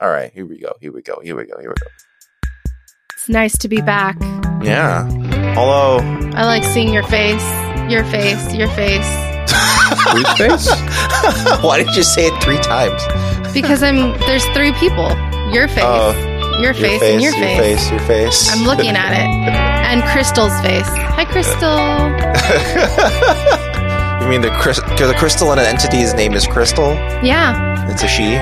All right, here we go. Here we go. Here we go. Here we go. It's nice to be back. Yeah. Although, I like seeing your face, your face, your face. whose face? Why did you say it three times? Because I'm there's three people. Your face, Oh, your face, and your, face. Oh, your face. I'm looking at it. And Crystal's face. Hi, Crystal. you mean the crys- the crystal in an entity's name is Crystal? Yeah. It's a she.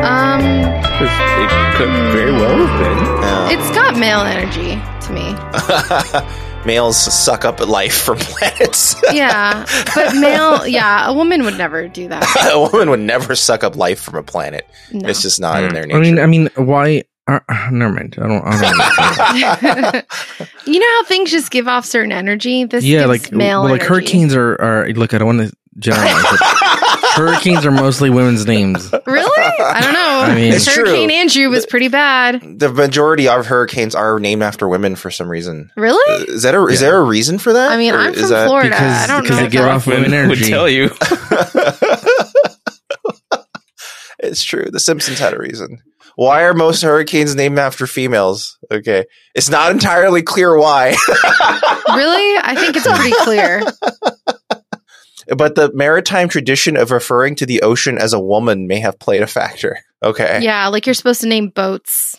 Um, hmm. It could very well have Yeah. it's got male energy to me. Males suck up at life from planets. Yeah, but male. Yeah, a woman would never do that. a woman would never suck up life from a planet. No. It's just not in Hmm. their I mean, nature. I mean, why? Uh, uh, never mind. I don't. I don't understand. you know how things just give off certain energy. This yeah, gives like male well, like energy. hurricanes are, are. Look, I don't want to generalize. But hurricanes are mostly women's names. uh, Really? I don't know. I mean- It's true. Hurricane Andrew was pretty bad. the majority of hurricanes are named after women for some reason. Uh, Really? Is that a, is Yeah. there a reason for that? I mean, Or I'm from is that- Florida. because- I don't because know. they if give that- off been. women Would energy. tell you. it's true. The Simpsons had a reason. Why are most hurricanes named after females? Okay, it's not entirely clear why, really? I think it's pretty clear. but the maritime tradition of referring to the ocean as a woman may have played a factor. Okay, yeah, Yeah, like you're supposed to name boats.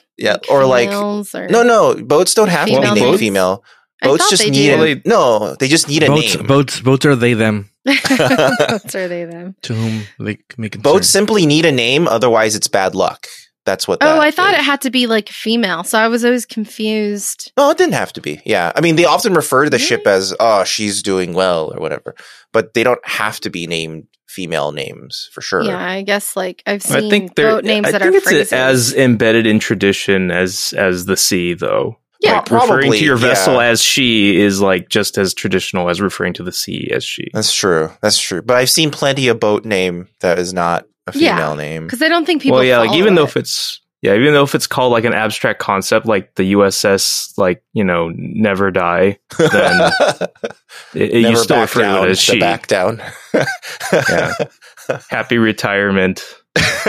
or like females or, no, no, boats don't have to Female be named boats? female. I Boats thought just they need did. Well, a, they- no. They just need a boats, name. boats, boats are they them boats are they them? to whom they make concern. Boats simply need a name, otherwise it's bad luck. That's what. Oh, that I thought is. it had to be like female, so I was always confused. No, Oh, it didn't have to be. Yeah, I mean, they often refer to the ship Really? as "oh, she's doing well" or whatever, but they don't have to be named female names for sure. Yeah, I guess like I've seen I think they're. boat names I that think are it's phrases. as embedded in tradition as as the sea, though. Yeah. like, referring Probably, to your vessel yeah. as she is like just as traditional as referring to the sea as she. That's true. That's true. But I've seen plenty of boat name that is not a Yeah. female name. because I don't think people. well, yeah, like follow even though it. if it's yeah, even though if it's called like an abstract concept, like the USS, like you know, never die. Then It, it, you Never still back refer to down, it as the she. back down. Yeah. Happy retirement.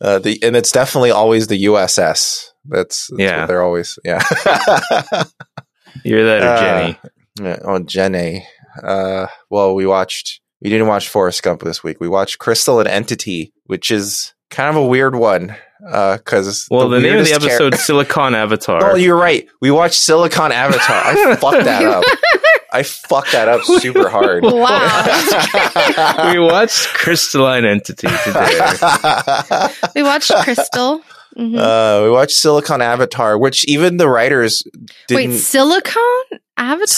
uh, the and it's definitely always the USS. That's, that's Yeah. what they're always yeah. You're that or Uh, Jenny. Yeah, oh, Jenny. Uh, well, we watched. We didn't watch Forrest Gump this week. We watched Crystal and Entity, which is kind of a weird one. uh, Because Well, the, name of the episode Silicon Avatar. oh, you're right. We watched Silicon Avatar. I fucked that up. I fucked that up super hard. Wow. we watched Crystalline Entity today. we watched Crystal. Mhm. uh, we watched Silicon Avatar, which even the writers didn't. Wait, silicone avatar?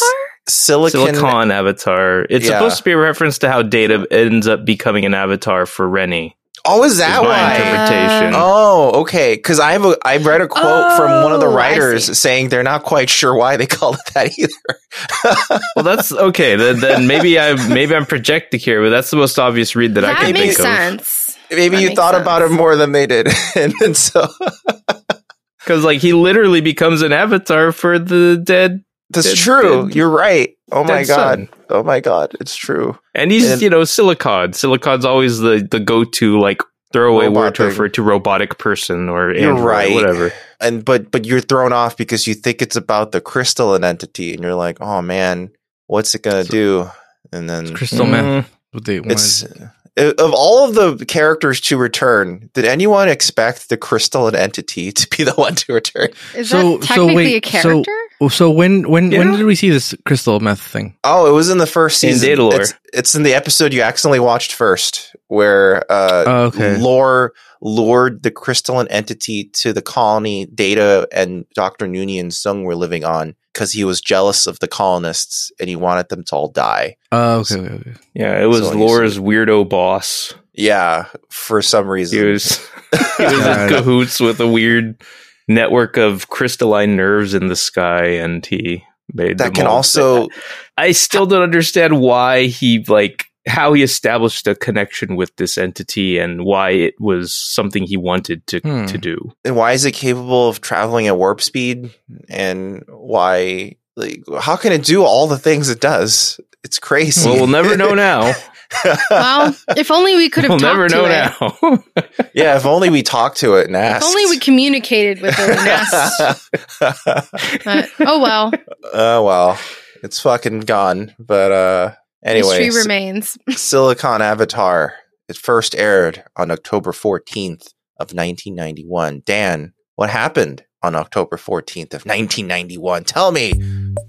Silicon, Silicon Avatar. It's Yeah. supposed to be a reference to how Data ends up becoming an avatar for Rennie. Oh, is Is that my why? interpretation. Oh, okay. Because I have a I read a quote from one of the Oh, I writers see. saying they're not quite sure why they call it that either. Well, that's okay. Then, then maybe I maybe I'm projecting here, but that's the most obvious read that, I that can makes think of. sense. Maybe That you makes thought sense. about it more than they did, and then so Because like he literally becomes an avatar for the dead, that's Dead- true. dead- You're right. Oh my dead god. son. Oh my god. It's true. and he's And- you know silicon. Silicon's always the the go to like throwaway Robot word to thing. refer to robotic person or You're android, right. whatever. And but but you're thrown off because you think it's about the crystalline entity, and you're like, oh man, what's it gonna do? And then crystal meth. Mm-hmm. What they wanted. it's uh, of all of the characters to return. Did anyone expect the crystalline entity to be the one to return? Is So- that so technically wait, a character? Well, Oh, so when when Yeah. when did we see this crystal meth thing? Oh, it was in the first In season. Data Lore. It's, it's in the episode you accidentally watched first, where uh, Oh, okay. Lore lured the crystalline entity to the colony Data and Dr. Noonie and Sung were living on because he was jealous of the colonists and he wanted them to all die. Oh, okay, okay, okay. Yeah, it was So you Laura's weirdo boss. Yeah, for some He reason. was he was in God. cahoots with a weird network of crystalline nerves in the sky, and he made that them can all- also I still don't understand why he like how he established a connection with this entity and why it was something he wanted to Hmm. to do. and why is it capable of traveling at warp speed and why like how can it do all the things it does it's crazy Well, we'll never know now. Well, if only we could have We'll talked never to know it. now. yeah, if only we talked to it and If asked. only we communicated with it and asked. But, oh well, oh well, it's fucking gone. But uh, anyway, history remains. Silicon Avatar. It first aired on October 14th of 1991. Dan, what happened on October 14th of 1991? Tell me.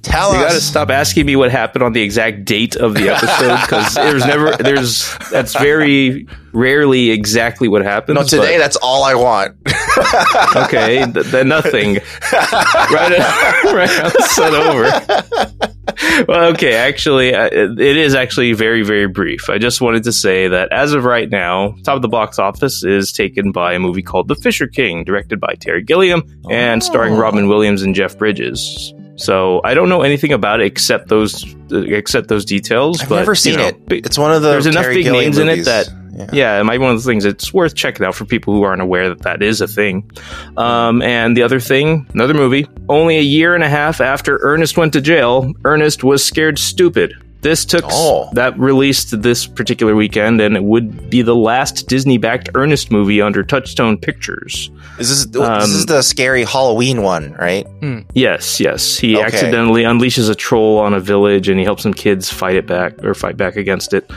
Tell You us. got to stop asking me what happened on the exact date of the episode because there's never there's that's very rarely exactly what happens. no, today that's all I want. but- okay, th- then nothing. right, right episode over. Well, okay, actually, uh, it it is actually very, very brief. I just wanted to say that as of right now, top of the box office is taken by a movie called The Fisher King, directed by Terry Gilliam and starring Oh. Robin Williams and Jeff Bridges. So I don't know anything about it except those uh, except those details. I've but, never you seen know, it. bi- It's one of the There's enough Terry big Gilliam names in it movies. that- Yeah. yeah, it might be one of those things it's worth checking out for people who aren't aware that that is a thing. Um, and the other thing, another movie, only a year and a half after Ernest went to jail, Ernest was scared stupid. This took Oh. that released this particular weekend, and it would be the last Disney-backed Ernest movie under Touchstone Pictures. Is this, Um, this is the scary Halloween one, right? Yes, yes, he Okay. accidentally unleashes a troll on a village, and he helps some kids fight it back or fight back against it.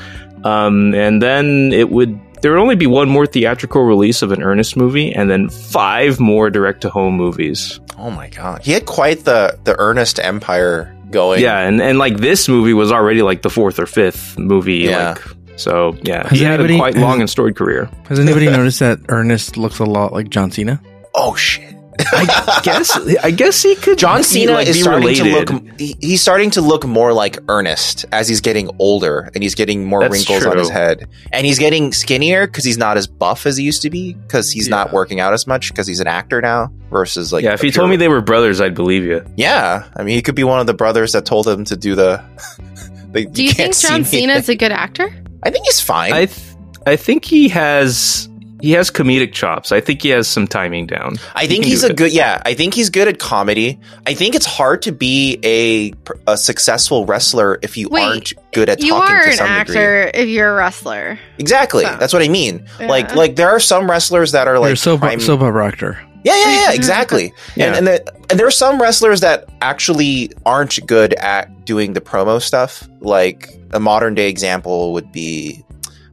Um, and then it would there would only be one more theatrical release of an Ernest movie, and then five more direct to home movies. Oh my god, he had quite the the earnest empire going. yeah, and, and like this movie was already like the fourth or fifth movie. Yeah. Like, so yeah, Has he had a anybody- quite long and storied career. Has anybody noticed that Ernest looks a lot like John Cena? Oh shit. guess I guess he could. John be, Cena like, is be starting related. to look. he- He's starting to look more like Ernest as he's getting older, and he's getting more That's wrinkles on true. his head, and he's getting skinnier because he's not as buff as he used to be because he's not Yeah. working out as much because he's an actor now versus like. yeah, if a you told pure- me they were brothers, I'd believe you. yeah, I mean, he could be one of the brothers that told him to do the. the Do you, can't think see John me." Cena is a good actor? I think he's fine. I th- I think he has he has comedic chops. I think he has some timing down. I think can he's do a it. good yeah, I think he's good at comedy. I think it's hard to be a a successful wrestler if you Wait, aren't good at You talking are to an some degree. actor if you're a wrestler. Exactly. So. That's what I mean. Like Yeah. like there are some wrestlers that are Like like so prime- soap opera actor. Yeah, yeah, yeah, exactly. Yeah. And and, the, and there are some wrestlers that actually aren't good at doing the promo stuff. Like a modern day example would be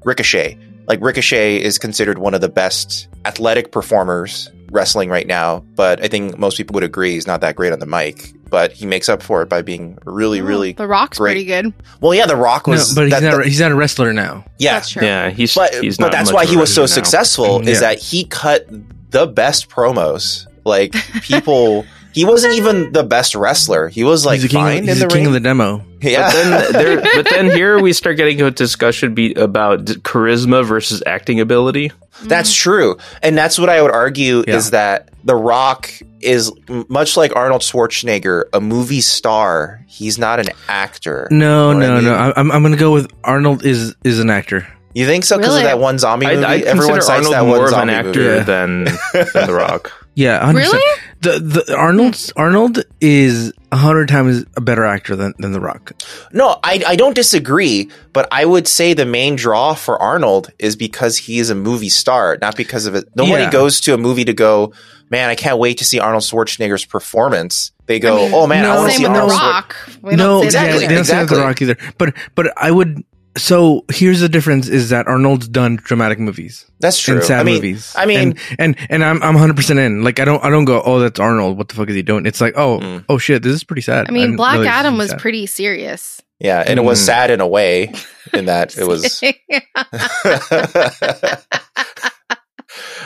Ricochet. Like Ricochet is considered one of the best athletic performers wrestling right now, but I think most people would agree he's not that great on the mic. But he makes up for it by being really, Oh, really The Rock's great. pretty good. well. Yeah, The Rock No, was, but he's that- not. that- he's not a wrestler now. yeah, That's true. Yeah, he's but he's but not that's much why of a he was so wrestler now. successful is Yeah. that he cut the best promos. Like people, he wasn't even the best wrestler. He was like he's the king, fine of, he's in the, the king ring. of the demo. yeah, But then there, but then here we start getting into a discussion be, about d- charisma versus acting ability. Mm. that's true, and that's what I would argue Yeah. is that The Rock is m- much like Arnold Schwarzenegger, a movie star. He's not an actor. No, Know what I no, mean? no. I, I'm I'm gonna go with Arnold is is an actor. You think so? Because Really? of that one zombie I, movie. I Everyone consider cites Arnold that more one of an zombie actor movie. movie. than, than The Rock. Yeah, 100%. Really? The the Arnold's Arnold is a hundred times a better actor than, than The Rock. No, I, I don't disagree, but I would say the main draw for Arnold is because he is a movie star, not because of it. Nobody Yeah. goes to a movie to go, man, I can't wait to see Arnold Schwarzenegger's performance. They go, I mean, oh man, I no, want to Same see with The Arnold. Schwar- Rock. We no, don't say exactly, that yeah, either. they don't say that with exactly. The Rock either. But but I would. So here's the difference: is that Arnold's done dramatic movies That's true. and sad I mean, movies. I mean- and and, and I'm I'm hundred percent in. Like I don't I don't go, oh that's Arnold. What the fuck is he doing? It's like, oh Mm. oh shit, this is pretty sad. I mean, didn't Black realize this Adam is was sad. pretty serious. yeah, and it was Mm. sad in a way, in that it was.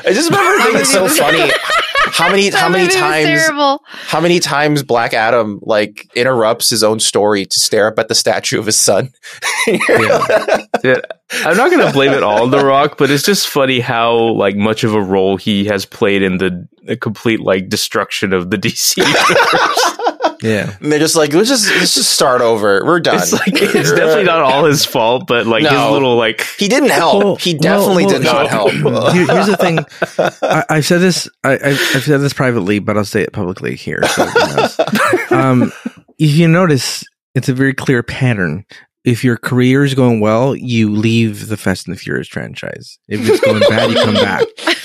I just remember thinking it's so funny. How many how That many movie was times Terrible. how many times Black Adam like interrupts his own story to stare up at the statue of his son? I'm not going to blame it all on The Rock, but it's just funny how like much of a role he has played in the, the complete like destruction of the DC. yeah. And they're just like, let's just let's just start over. We're done. it's like it's definitely not all his fault, but like his No. little like He didn't help. he definitely did not help. Here- here's the thing: I, I've said this. I, I've, I've said this privately, but I'll say it publicly here. so everyone knows. um, if you notice, it's a very clear pattern. if your career is going well, you leave the Fast and the Furious franchise. If it's going bad, you come back.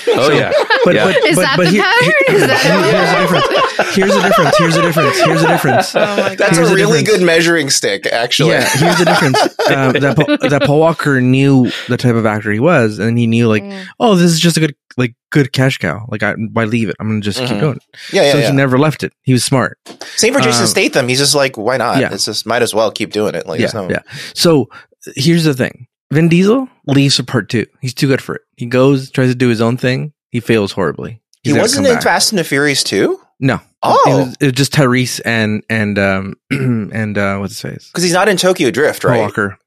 Oh yeah. But, Yeah. but, Is but, that but the here- pattern? Is that here's the difference. Here's the difference. Here's the difference. Here's the difference. Oh my god. That's Here's a the really difference. good measuring stick, actually. Yeah, here's the difference. Um, that, Paul, that Paul Walker knew the type of actor he was, and he knew like, Mm. oh, this is just a good like good cash cow. Like I, why leave it? I'm gonna just Mhm. keep going. yeah, yeah. so yeah. he never left it. He was smart. Same for Jason Um, Statham. He's just like, why not? yeah. It's just might as well keep doing it. Like, yeah, there's no, yeah. So uh, here's the thing: Vin Diesel leaves for part two. He's too good for it. He goes, tries to do his own thing. He fails horribly. he He's gotta wasn't come in back. Fast and the Furious too. No. It Oh, was, it was just Tyrese and and um and uh what's his face? because he's not in Tokyo Drift, Paul right? Walker.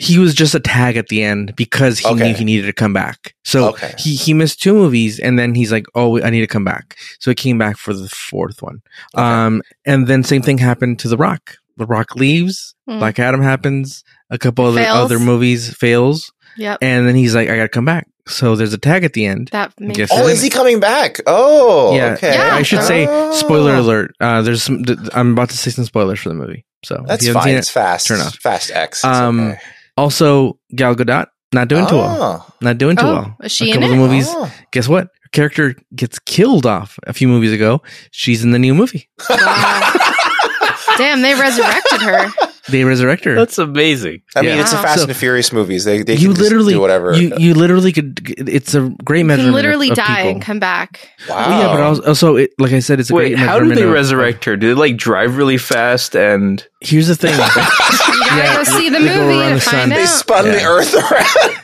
He was just a tag at the end because he Okay. knew he needed to come back. So Okay. he he missed two movies and then he's like, "Oh, I need to come back." So he came back for the fourth one. Okay. Um and then same thing happened to The Rock. The Rock leaves, Mm. Black Adam happens, a couple other Fails. other movies fails, Yep. and then he's like, "I got to come back." So there's a tag at the end. That makes Yes, Oh, it is he coming back? Oh, yeah, okay. Yeah. I should say Oh. spoiler alert. Uh, there's some. Th- I'm about to say some spoilers for the movie, so if That's you haven't fine. seen It's fast. turn off. Fast X. It's Um, okay. Also, Gal Gadot not doing too well. Oh. Not doing too Oh, well. is she a in couple of it? the movies. Oh. Guess what? Her character gets killed off a few movies ago. She's in the new movie. Wow. Ah. Damn, they resurrected her. They resurrect her. That's amazing. I mean, Yeah. it's a Wow. Fast So- and the Furious movies. They they you can just literally do whatever. Uh, You you literally could. It's a great You measure. can literally of, die and people. come back. wow. Well, oh, yeah, but also, also it, like I said, it's a Wait, great. how do measurement they of- resurrect her? Do they like drive really fast and Here's the thing. You gotta Yeah, go see the they go movie around to the sun. find they out. spun the Yeah. Earth around.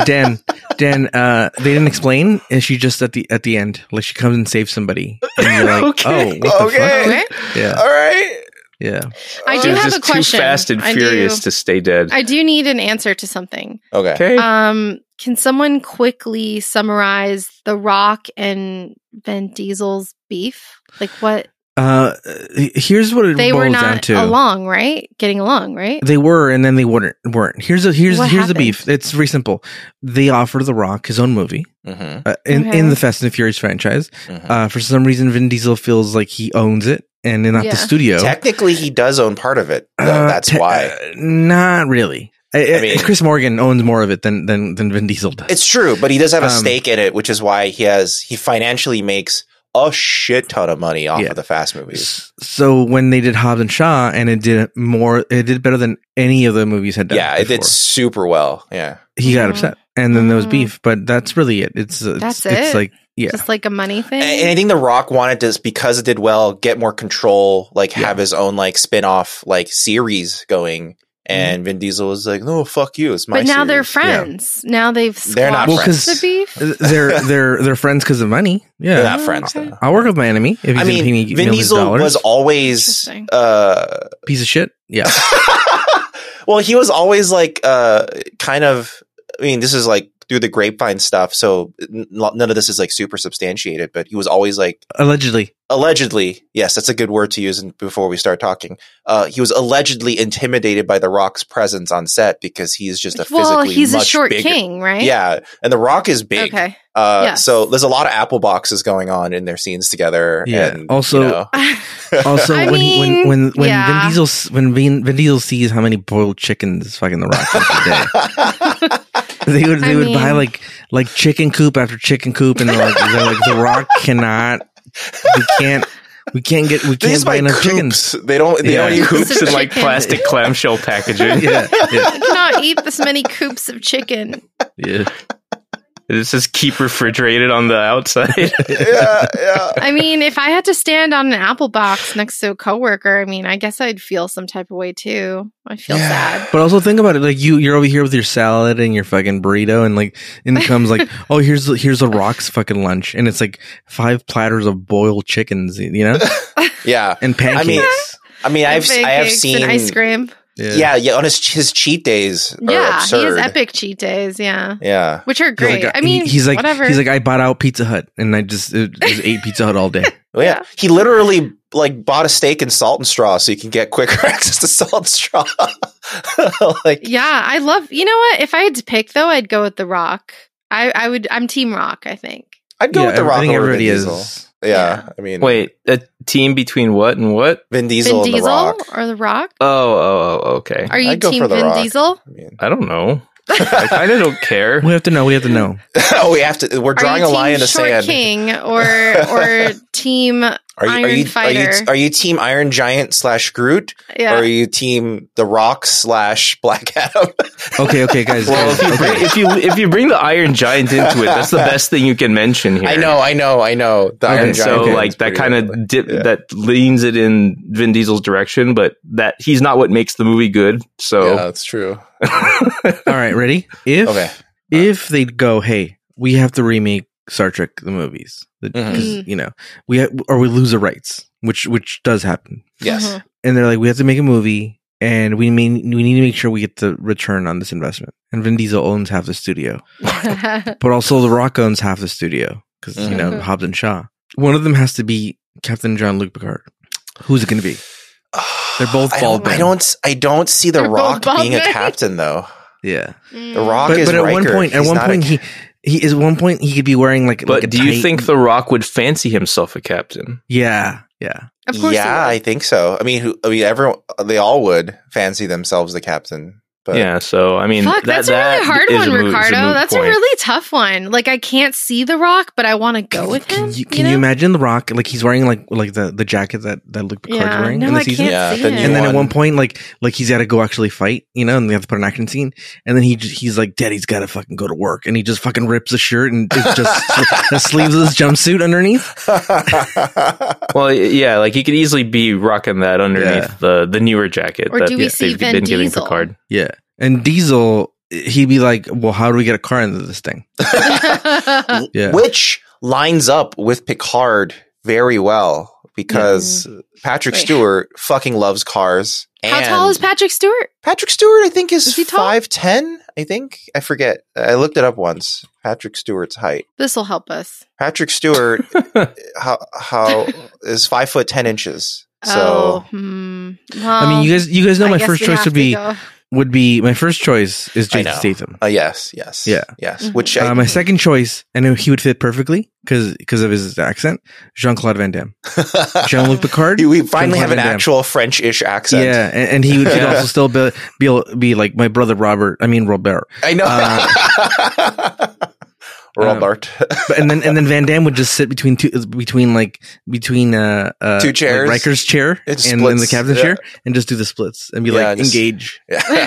uh, Dan, Dan, uh, they didn't explain, and she just at the at the end, like she comes and saves somebody. And you're like, Okay. oh, what Okay. Okay. the fuck? Yeah, All right. yeah. I do they're have just a question. too fast and I do- furious to stay dead? I do need an answer to something. Okay. okay. Um, can someone quickly summarize The Rock and Vin Diesel's beef? Like what Uh, here's what it they boils were down not to. along, right? Getting along, right? They were, and then they weren't. weren't. Here's a, here's What here's happened? the beef. It's very simple. They offered The Rock his own movie Mm-hmm. uh, in Okay. in the Fast and the Furious franchise. Mhm. Uh, for some reason, Vin Diesel feels like he owns it, and not Yeah. the studio. Technically, he does own part of it. Though. Uh, That's te- why. uh, not really. I, I- mean- Chris Morgan owns more of it than than than Vin Diesel does. It's true, but he does have a Um, stake in it, which is why he has he financially makes a shit ton of money off Yeah. of the Fast movies. S- So when they did Hobbs and Shaw, and it did more, it did better than any of the movies had done. Yeah, it did before, super well. Yeah, He got Mhm. upset, and then there was Mhm. beef. But that's really it. It's it's, That's it's it? like yeah, Just like a money thing. and, and I think The Rock wanted to because it did well, get more control, like have his own like spin off like series going. Mm-hmm. And Vin Diesel was like, "No, fuck you, it's my." but now they're series." friends. Now they've squashed They're not Well, 'cause- the friends. beef. they're they're they're friends because of money. They're Yeah, not Oh, friends. okay. Though. I'll work with my enemy if he's I gonna pay me mean, Vin millions of Diesel dollars. was always Interesting. uh, piece of shit. Yeah, well, he was always like uh kind of I mean, this is like through the grapevine stuff, so n- none of this is like super substantiated, but he was always like allegedly. allegedly, yes, that's a good word to use in, before we start talking. Uh he was allegedly intimidated by The Rock's presence on set because he's just a Well, physically he's a much short bigger- king, right? Yeah, and The Rock is big. Okay. Uh Yes. so there's a lot of apple boxes going on in their scenes together Yeah, and also- you know, Also, I when, he- mean, when when when yeah. Vin Diesel s- when Vin, Vin Diesel sees how many boiled chickens fucking the rock makes a day, they would I they would buy mean- like like chicken coop after chicken coop, and they're like, they're like the Rock cannot, we can't, we can't get, we They can't just buy buy enough coops. chickens. They don't. They Yeah. don't even Coops in like Chicken. plastic clamshell packaging. Yeah, yeah, I cannot eat this many coops of chicken. yeah. This is keep refrigerated on the outside. yeah, yeah. I mean, if I had to stand on an apple box next to a coworker, I mean, I guess I'd feel some type of way too. I feel Yeah. sad. But also think about it, like you, you're over here with your salad and your fucking burrito, and like, in comes like, oh, here's the- here's the Rock's fucking lunch, and it's like five platters of boiled chickens, you know, Yeah, and I mean, pancakes. I mean, I've And I have pancakes and seen ice cream. Yeah, yeah. On his his cheat days are Yeah, he absurd. has epic cheat days. Yeah, Yeah, which are He's great. like, uh, I mean, he- he's like, whatever. he's like, I bought out Pizza Hut, and I just, uh, just ate Pizza Hut all day. well, Oh, yeah. Yeah. He literally like bought a steak and salt and straw so you can get quicker access to salt and straw. like, yeah, I love. You know what? If I had to pick, though, I'd go with The Rock. I, I would. I'm Team Rock. I think. I'd go with the I- I Rock think over Vin everybody Diesel. is. Yeah, Yeah. I mean, Wait, a team between what and what? Vin Diesel Vin and The Diesel Rock. or The Rock? Oh, oh, oh, okay. Are you I'd go team for The Vin Rock. Diesel? I mean, I don't know. I kind of don't care. We have to know. We have to know. oh, we have to. We're Are drawing you a line team in the Short sand. King or or team Are you, Iron are, you, are you Fighter. are you team Iron Giant slash Groot, or yeah are you team The Rock slash Black Adam? Okay, okay, guys. Well, if guys, you, okay. bring, if you if you bring the Iron Giant into it, that's the best thing you can mention here. I know, I know, I know. The Okay, And Iron so, Giant. okay. like that kind of. of dip Yeah. that leans it in Vin Diesel's direction, but that he's not what makes the movie good. Yeah, So, that's true. All right, ready? If Okay. if they go, hey, we have to remake Star Trek the movies Mhm. because you know we ha- or we lose the rights, which which does happen. Yes. Mhm. And they're like, we have to make a movie, and we mean we need to make sure we get the return on this investment. And Vin Diesel owns half the studio, Mm-hmm. but also The Rock owns half the studio because you know Mhm. Hobbs and Shaw. One of them has to be Captain John Luke Picard. Who's it going to be? They're both I bald don't, I men. don't. I don't see the They're both Rock bald being a men. captain though. Yeah, The Rock but, is but at one Riker. point, at He's one not a point he. He is at one point he could be wearing like. like but a do you tight- think The Rock would fancy himself a captain? Yeah, yeah. of course yeah, yeah I think so. I mean, who, I mean, everyone. They all would fancy themselves the captain. But yeah. So, I mean, Fuck, that- that's that a really hard is one, a moot- is a Ricardo. moot That's a point. really tough one. Like, I can't see The Rock, but I want to go with him. Can you, can you know? imagine The Rock? Like he's wearing like like the, the jacket that that Luke Picard's Yeah, wearing no, in the I season. can't Yeah, see the it. new And then at One. one point, like like he's got to go actually fight, you know, and they have to put an action scene. And then he j- he's like, "Daddy's got to fucking go to work," and he just fucking rips the shirt and it's just a sleeveless jumpsuit underneath. Well, y- yeah, like he could easily be rocking that underneath Yeah. the the newer jacket Or that do we see they've Vin been giving Diesel? Picard. Yeah, and Diesel, he'd be like, "Well, how do we get a car into this thing?" Yeah. Which lines up with Picard very well because Patrick Mm-hmm. Wait. Stewart fucking loves cars. How and tall is Patrick Stewart? Patrick Stewart? I think is, Is he tall? five ten. I think I forget. I looked it up once. Patrick Stewart's height. This will help us. Patrick Stewart how how is five foot ten inches. So oh, hmm. I mean, you guys, you guys know I my guess first we choice have would to be go. would be my first choice is I Jason know. Statham. uh, yes, yes, Yeah. yes. Mhm. Which Uh, my second choice, and he would fit perfectly because of his accent. Jean Claude Van Damme, I, Jean Luc Picard. we finally have an Van Damme. actual French-ish accent. Yeah, and, and he would he'd Yeah. also still be, be be like my brother Robert. I mean Robert. I know. Uh, um, Robert, But, and then and then Van Damme would just sit between two between like between uh, uh Two chairs. like Riker's chair It and, and the splits, captain's yeah. chair, and just do the splits and be Yeah, like just- engage.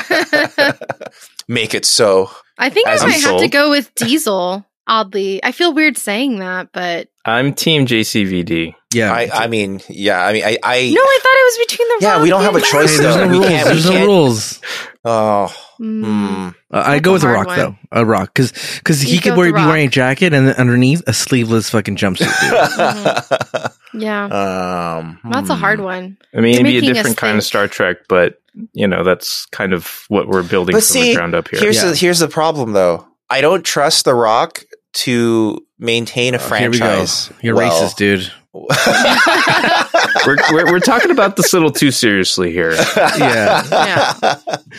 make it so. I think I As might I'm have to sold. go with Diesel. Oddly, I feel weird saying that, but I'm Team JCVD. Yeah, I, I mean, yeah. I mean, I. I no, I thought it was between the. E- Yeah, Rock we don't have and a The Hey, choice, there's Rock. though. no We rules. can't- we there's no can't- rules. Oh, Hmm. hmm. Uh, I That's go a with a hard rock one. though. A rock because because You he go could with wear, The be wearing a Rock. jacket and then underneath a sleeveless fucking jumpsuit. dude. Yeah, um, Mm-hmm. that's a hard hmm. one. I mean, You're it'd be a making us different kind of think. Star Trek, but you know, that's kind of what we're building But from see, the ground up here. Here's Yeah. the here's the problem though. I don't trust The Rock to maintain a Oh, Here we go. franchise. You're well. racist, dude. we're, we're, we're talking about this a little too seriously here. Yeah.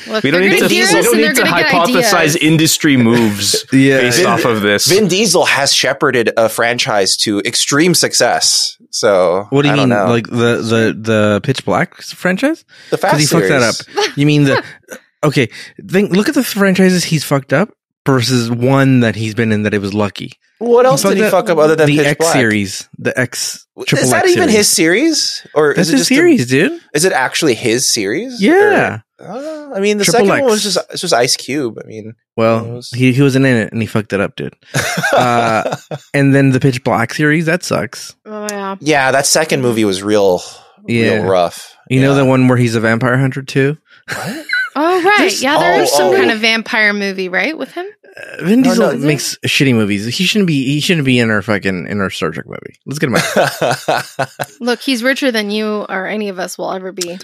Look, We don't they're need to, gonna we hear us don't and need to they're gonna get hypothesize ideas. industry moves Yeah, based Vin- off of this. Vin Diesel has shepherded a franchise to extreme success. So What do you I mean, don't know. like the the the Pitch Black franchise? the Because Fast he fucked that series. up. You mean the okay? Think, look at the franchises he's fucked up versus one that he's been in that it was lucky. What else fucked did he up fuck up other than the Pitch X Black? series, the X triple Is that X even series. his series, or is That's it his just a- series, dude. is it actually his series? Yeah. Or- Uh, I mean, the Triple second one X. was just it's just Ice Cube. I mean, Well, he he wasn't in it and he fucked it up, dude. Uh, And then the Pitch Black series that sucks. Oh yeah. yeah, that second movie was real, Yeah. real rough. You know Yeah. the one where he's a vampire hunter too. Oh right. There's- yeah, there's Oh, some oh. kind of vampire movie, right, with him? Uh, Vin No, Diesel no. makes shitty movies. He shouldn't be. He shouldn't be in our fucking in our Star Trek movie. Let's get him out. Look, he's richer than you or any of us will ever be.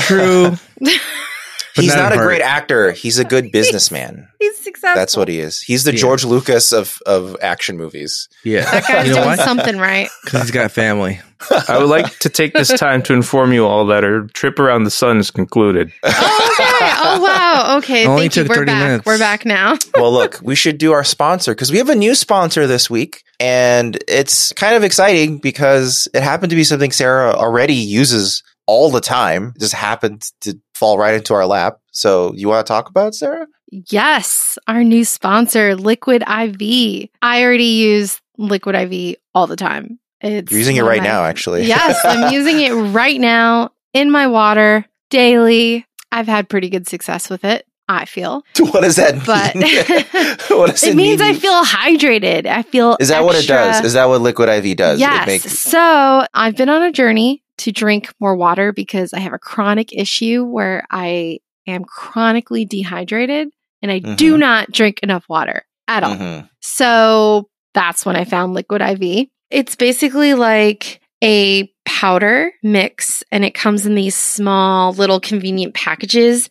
True. But he's not not, at a heart. great actor. He's a good businessman. He's successful. That's what he is. He's the Yeah. George Lucas of of action movies. Yeah, That guy's You know doing what? something right. because he's got family. I would like to take this time to inform you all that our trip around the sun is concluded. Oh, okay. Oh, wow. Okay. It only Thank you. took We're 30 back. minutes. We're back now. well, look, we should do our sponsor because we have a new sponsor this week, and it's kind of exciting because it happened to be something Sarah already uses all the time. It just happened to fall right into our lap. So, you want to talk about it, Sarah? Yes, our new sponsor, Liquid IV. I already use Liquid IV all the time. It's You're using it one of right my- now, actually. yes, I'm using it right now in my water daily. I've had pretty good success with it, I feel. what does that But- mean? what does it means I mean? feel hydrated. I feel Is that what it extra- does? Is that what Liquid IV does? It Yes. makes- so I've been on a journey to drink more water because I have a chronic issue where I am chronically dehydrated and I do Mhm. not drink enough water at all. Mhm. So that's when I found Liquid IV. It's basically like a powder mix and it comes in these small little convenient packages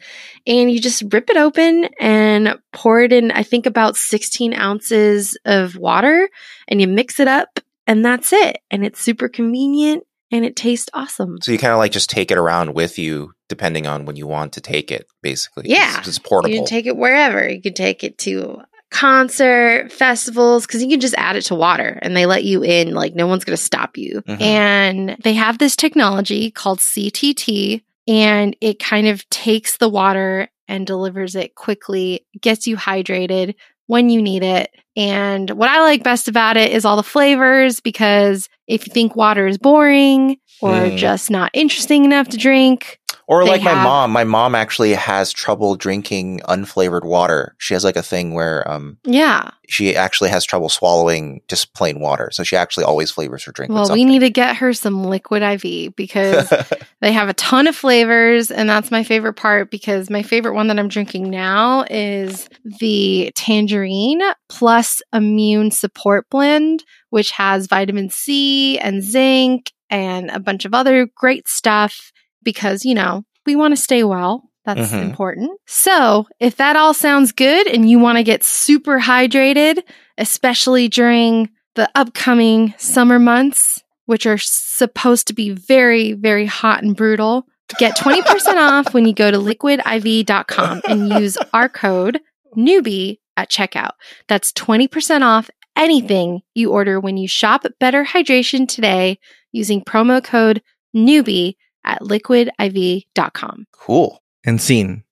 and you just rip it open and pour it in i think about 16 ounces of water and you mix it up and that's it and it's super convenient and it tastes awesome So you kind of like just take it around with you, depending on when you want to take it. Basically, Yeah. It's- it's portable. You can take it wherever. You can take it to concert, festivals, because you can just add it to water and they let you in. Like, no one's going to stop you. Mhm. And they have this technology called CTT, and it kind of takes the water and delivers it quickly, gets you hydrated when you need it. And what I like best about it is all the flavors because if you think water is boring or Hmm. just not interesting enough to drink, Or They like my have- mom, my mom actually has trouble drinking unflavored water. She has like a thing where um yeah. she actually has trouble swallowing just plain water. So she actually always flavors her drink Well, with we something. need to get her some liquid IV because they have a ton of flavors, and that's my favorite part. Because my favorite one that I'm drinking now is the tangerine plus immune support blend, which has vitamin C and zinc and a bunch of other great stuff. Because you know we want to stay well. That's Mhm. important. So, if that all sounds good and you want to get super hydrated, especially during the upcoming summer months, which are supposed to be very, very hot and brutal. Get 20% off when you go to liquidiv.com and use our code newbie at checkout. That's 20% off anything you order when you shop at Better Hydration today using promo code newbie at liquidiv.com. cool. And scene.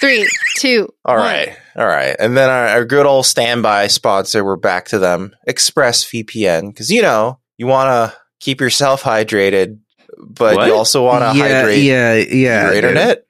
Three, two, All one. right. All right. And then our, our good old standby sponsor, we're back to them, ExpressVPN. Because, you know, you want to keep yourself hydrated, but What? you also want to yeah, hydrate yeah, yeah, your dude. internet.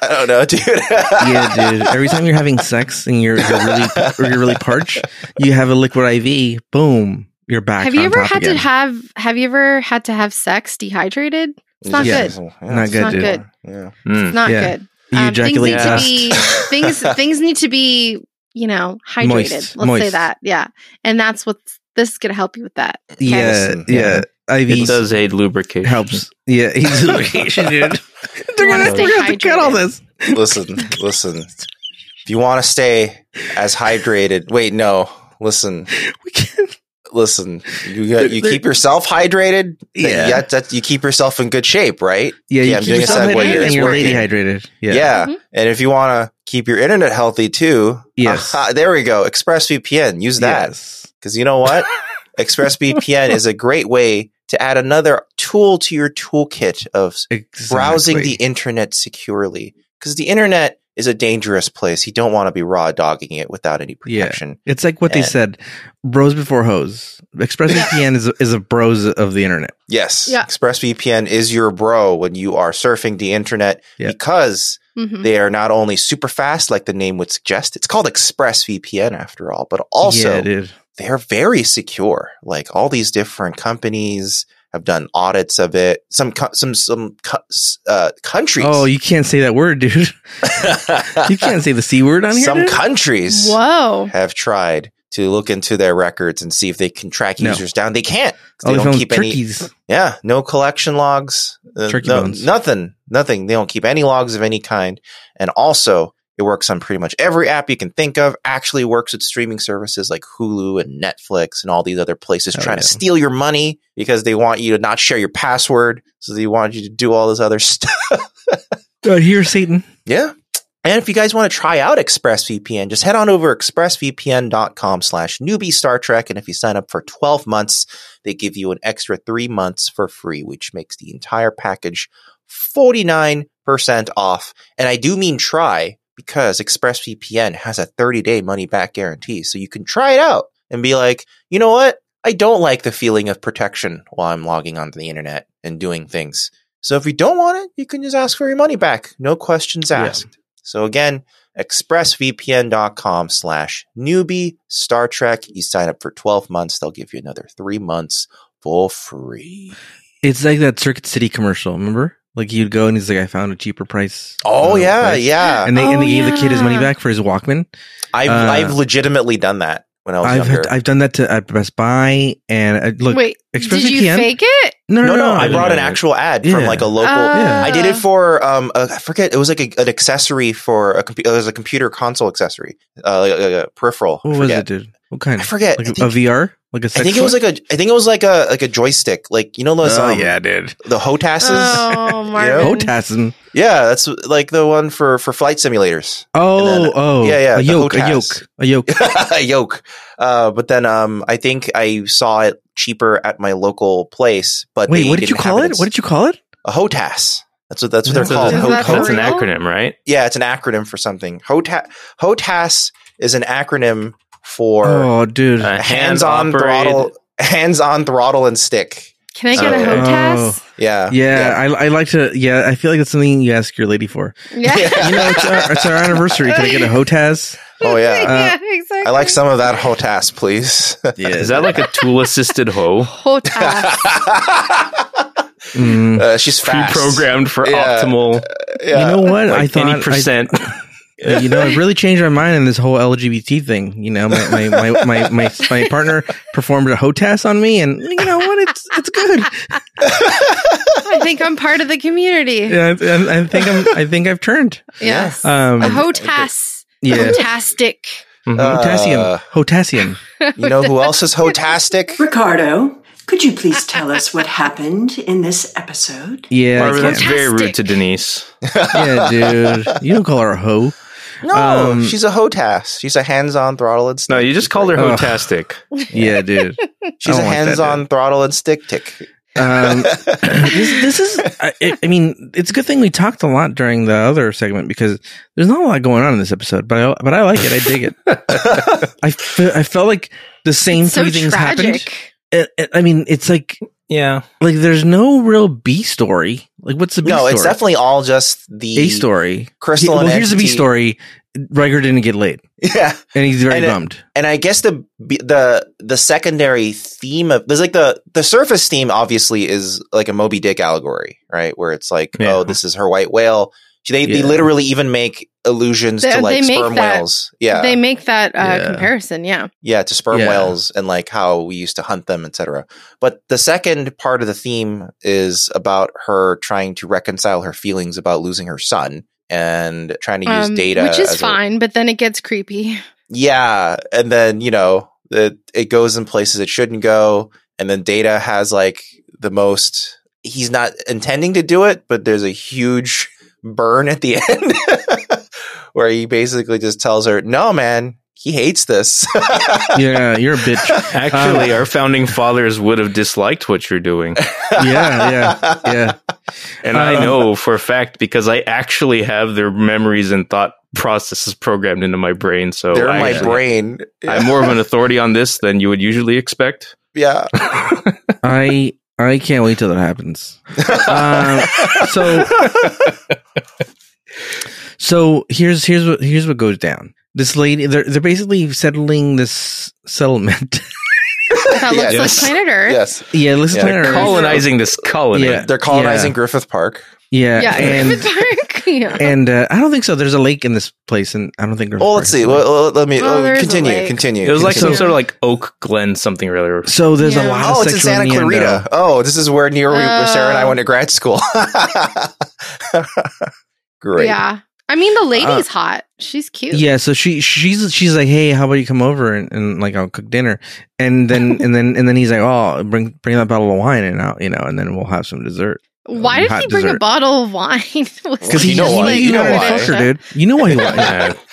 I don't know, dude. yeah, dude. Every time you're having sex and you're, you're really or you're really parched, you have a liquid IV. Boom, you're back. Have you on ever top had again. to have have you ever had to have sex dehydrated? It's not Yeah. good. Not it's good, dude. Yeah. Mm. It's not Yeah. good. Um, You ejaculate things dust. need to be things things need to be you know hydrated Moist. let's say Moist. that yeah and that's what this is going to help you with that Yeah, Medicine, yeah. IV It does aid lubrication. helps. Yeah, he's dude. They're wanna gonna, stay we're gonna have to cut all hydrated. this. Listen, listen. If you want to stay as hydrated, wait, no. Listen, We can't. listen. You got, you keep yourself hydrated. Yeah. you, got that, you keep yourself in good shape, right? Yeah, Yeah, I'm keep doing a yourself segue hydrated here. and It's you're working. dehydrated. Yeah. Yeah, Mhm. And if you want to keep your internet healthy too, Yes. aha, there we go. ExpressVPN, use uh-huh, that. Yes. Because you know what? ExpressVPN is a great way to add another tool to your toolkit of s- Exactly. browsing the internet securely. Because the internet is a dangerous place. You don't want to be raw dogging it without any Yeah. protection. It's like what they Yeah. said, bros before hoes. ExpressVPN is is a bros of the internet. Yes. Yeah. ExpressVPN is your bro when you are surfing the internet Yeah. because Mhm. They are not only super fast, like the name would suggest. It's called ExpressVPN after all, but yeah, also dude. they're very secure. Like all these different companies have done audits of it. Some co- some some co- s- uh, countries. Oh, you can't say that word, dude. You can't say the c word on here. some dude? countries whoa have tried to look into their records and see if they can track No. users down. They can't. 'cause Oh, They they don't found keep any. turkeys. Yeah, no collection logs. uh, Turkey no- bones. Nothing. Nothing. They don't keep any logs of any kind. And also, it works on pretty much every app you can think of. Actually, works with streaming services like Hulu and Netflix and all these other places Oh, trying yeah. to steal your money because they want you to not share your password. So they want you to do all this other stuff. Uh, here, Satan. Yeah. And if you guys want to try out ExpressVPN, just head on over expressvpn.com slash newbie Star Trek. And if you sign up for 12 months, they give you an extra three months for free, which makes the entire package 49% off. And I do mean try because ExpressVPN has a 30 day money back guarantee. So you can try it out and be like, you know what? I don't like the feeling of protection while I'm logging onto the internet and doing things. So if you don't want it, you can just ask for your money back. No questions Yeah. asked. So again, expressvpn.com slash newbie Star Trek. You sign up for 12 months. They'll give you another three months for free. It's like that Circuit City commercial. Remember? Like you'd go and he's like, "I found a cheaper price." Oh, Uh, yeah, price. yeah. And they and they Oh, gave the kid his money yeah. back for his Walkman. I've, uh, I've legitimately done that when I was I've younger. had, I've done that to at Best Buy and uh, look. Wait, Express did you VPN? fake it? Uh, no, no, no, I didn't brought an know that. actual ad from Yeah. like a local. Oh, Yeah. I did it for um a, I forget it was like a, an accessory for a computer. It was a computer console accessory, uh, like a, a peripheral. I What was forget. it, dude? What kind? I forget. Like I a, think- VR? Like a? I Sex think it was like a. I think it was like a like a joystick. Like you know those. Oh um, yeah, dude. The Hotasses. Oh, Marvin. Oh, Tassin. Yeah, that's like the one for for flight simulators. Oh, And then- oh, yeah, yeah, A the yoke, a yoke, Hotas. a yoke. Yoke. Uh, but then um, I think I saw it cheaper at my local place. But Wait, they what did you didn't call have it? as- What did you call it? a Hotas? That's what that's what That's, they're a- called. Is Ho- that for ho- that's an real? acronym, right? yeah, it's an acronym for something. Hota- Hotas is an acronym for Oh, dude. Uh, hands on throttle, hands on throttle and stick. Can I get Okay. a Oh. hotas? Yeah, yeah, I, I like to. Yeah, I feel like it's something you ask your lady for. Yeah. You know, it's uh, our, it's our anniversary. Can I get a Hotas? Oh yeah, Uh, exactly. I like some of that Hotas, please. Yeah, Is that like a tool assisted hoe? hotas. Mm. Uh, she's Pre fast. programmed for Yeah. optimal Yeah. You know what? like, I thought any I- percent. Uh, you know, I've really changed my mind on this whole LGBT thing. You know, my my my my, my, my partner performed a hotas on me, and you know what? It's it's good. I think I'm part of the community. Yeah, I, I- I think I'm. I think I've turned. Yes. Um, a hotas. yeah, Hotastic. Mhm. hotasium, Uh, hotasium. you know who else is hotastic? Ricardo, could you please tell us what happened in this episode? Yeah, I Barbara, that's can't- very rude to Fantastic. Denise. yeah, dude. You don't call her a hoe. No, Um, she's a hotas. She's a hands-on throttle and stick. No, you just called her Ugh. hotastic. Yeah, dude. she's I a don't like that, hands-on throttle and stick tick. Um, this, this is, I, I mean, it's a good thing we talked a lot during the other segment because there's not a lot going on in this episode, but I, but I like it. I dig it. I, fe- I felt like the same It's so three things happened. tragic. I- I- I mean, it's like, Yeah. like there's no real B story. Like, what's the B no, story? it's definitely all just the A story. Crystal. well, and here's the B entity. story. Riker didn't get laid, Yeah, and he's very And it- bummed. and I guess the the the secondary theme of there's like the the surface theme obviously is like a Moby Dick allegory, right? Where it's like, Yeah. oh, this is her white whale. They they Yeah. literally even make allusions They- to like they make sperm that- whales. Yeah, They make that uh, Yeah. comparison. Yeah. yeah to sperm Yeah. whales and like how we used to hunt them etc but the second part of the theme is about her trying to reconcile her feelings about losing her son and trying to use Um, data which as is a- fine, but then it gets creepy. yeah and then you know it, it goes in places it shouldn't go and then data has like the most he's not intending to do it but there's a huge burn at the end where he basically just tells her no man he hates this yeah, you're a bitch. Actually, our founding fathers would have disliked what you're doing. Yeah, yeah, yeah. And I Um, know for a fact because I actually have their memories and thought processes programmed into my brain. So They're in I my actually- brain. I'm more of an authority on this than you would usually expect. yeah. I I can't wait till that happens. Um, so so here's here's what here's what goes down. This lady, they're they're basically settling this settlement. That looks Yes. like planet Earth. yes. yeah, let's Yeah, plan our- Colonizing this colony. Yeah. They're colonizing Griffith Park. Yeah, Yeah. and Griffith Park. yeah. And uh, I don't think so. There's a lake in this place, and I don't think. there's a Well, let's person. see. Well, well, let me Oh, uh, there is a continue. lake. Continue. It was like some continue. sort of like Oak Glen something or other. So there's Yeah. a lot Oh, of it's in sexual Santa innuendo. Clarita. Oh, this is where near we where Sarah and I Oh. went to grad school. Great. Uh, Yeah. I mean, the lady's hot. She's cute. Yeah, so she she's she's like, hey, how about you come over and, and like I'll cook dinner, and then and then and then he's like, oh, bring bring that bottle of wine and out, you know, and then we'll have some dessert. Why did Hot he bring a dessert. bottle of wine? Because he You know just- why. he- You he know wanted to why. fuck her, dude. You know why he wanted. Yeah.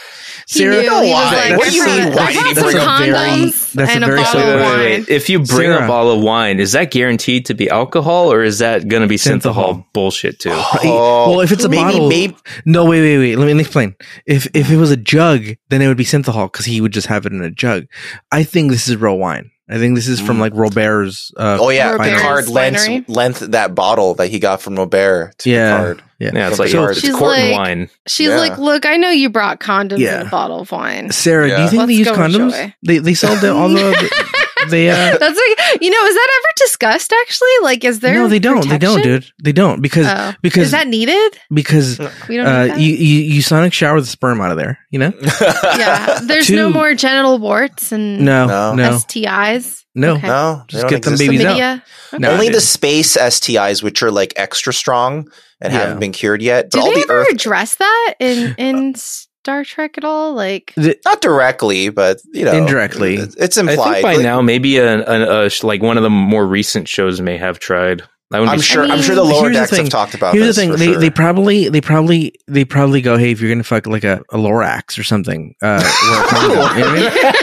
He Sarah- knew. You know He was why. like, What do you I mean, brought- why I did brought he some bring a very- condoms that's a and a, very bottle So of wait, silly- wait, wine. wait. If you bring Sarah. a bottle of wine, is that guaranteed to be alcohol or is that going to be Synthahol. synthahol, bullshit too? Oh. well, if it's a maybe, bottle, maybe no, wait, wait, wait. Let me explain. If if it was a jug, then it would be synthahol because he would just have it in a jug. I think this is real wine. I think this is from Mm. like Robert's. Uh, Oh yeah, Robert's Picard winery. lent lent that bottle that he got from Robert to Yeah. Picard. Yeah, it's like So- it's She's quart and like- wine. She's Yeah. like, look, I know you brought condoms Yeah. and a bottle of wine. Sarah, do Yeah. you think they use Let's go condoms? enjoy. They they sold the, all the they. Uh, That's like, you know, is that ever discussed? Actually, like, is there no, they don't. They don't, protection? dude. They don't because Oh. because is that needed? because We don't. uh, need that. Mm. you, you you sonic shower the sperm out of there. You know? yeah, there's no Two. more genital warts and No, No. no, no. STIs. No. Okay. No, they Just don't get them exist babies anymore. out. Chlamydia? No, Only dude. the space STIs, which are like extra strong and Yeah. haven't been cured yet. But Do all they the ever Earth, address that in in Star Trek at all? Like, The- not directly, but you know, Indirectly. it- it's I implied. think by Like, now maybe an, an, a sh- like one of the more recent shows may have tried. I wouldn't I'm be sure. I I am mean- sure the lower Here's the decks thing. have talked about. Here's the this thing: for they, sure. they probably they probably they probably go, hey, if you're gonna fuck like a, a Lorax or something, uh, wear a condom, you know what I mean?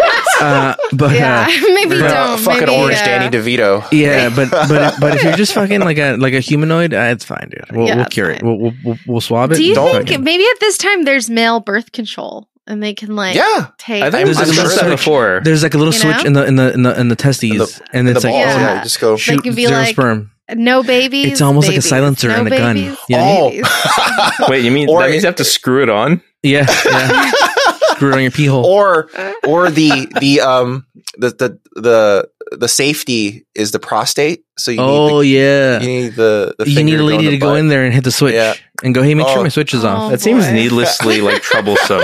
uh, but yeah, uh, maybe Uh, don't. fucking maybe, orange uh, Danny DeVito. yeah, but but but if you're just fucking like a like a humanoid, uh, it's fine, dude. We'll, Yeah, we'll it's cure it. fine. We'll, we'll we'll we'll swab it. Do you and think fuck it. maybe at this time there's male birth control and they can like Yeah, take? I I'm- think this I'm is sure said that- before. there's like a little You switch know? in the in the in the in the testes, and the it's like balls. oh, yeah. Yeah, just go. shoot can be zero like, sperm. no babies. It's almost like a babies, silencer no and a gun. babies, You know what I Oh. babies. Wait, you mean Or that means it- you have to screw it on? Yeah, yeah. screw it on your pee hole. or or the the um the the the the safety is the prostate. So you need oh the, yeah, you need the, the you need a lady to go in there and hit the switch Yeah. and go, hey, make Oh. sure my switch is Oh, off. That seems boy. needlessly like troublesome.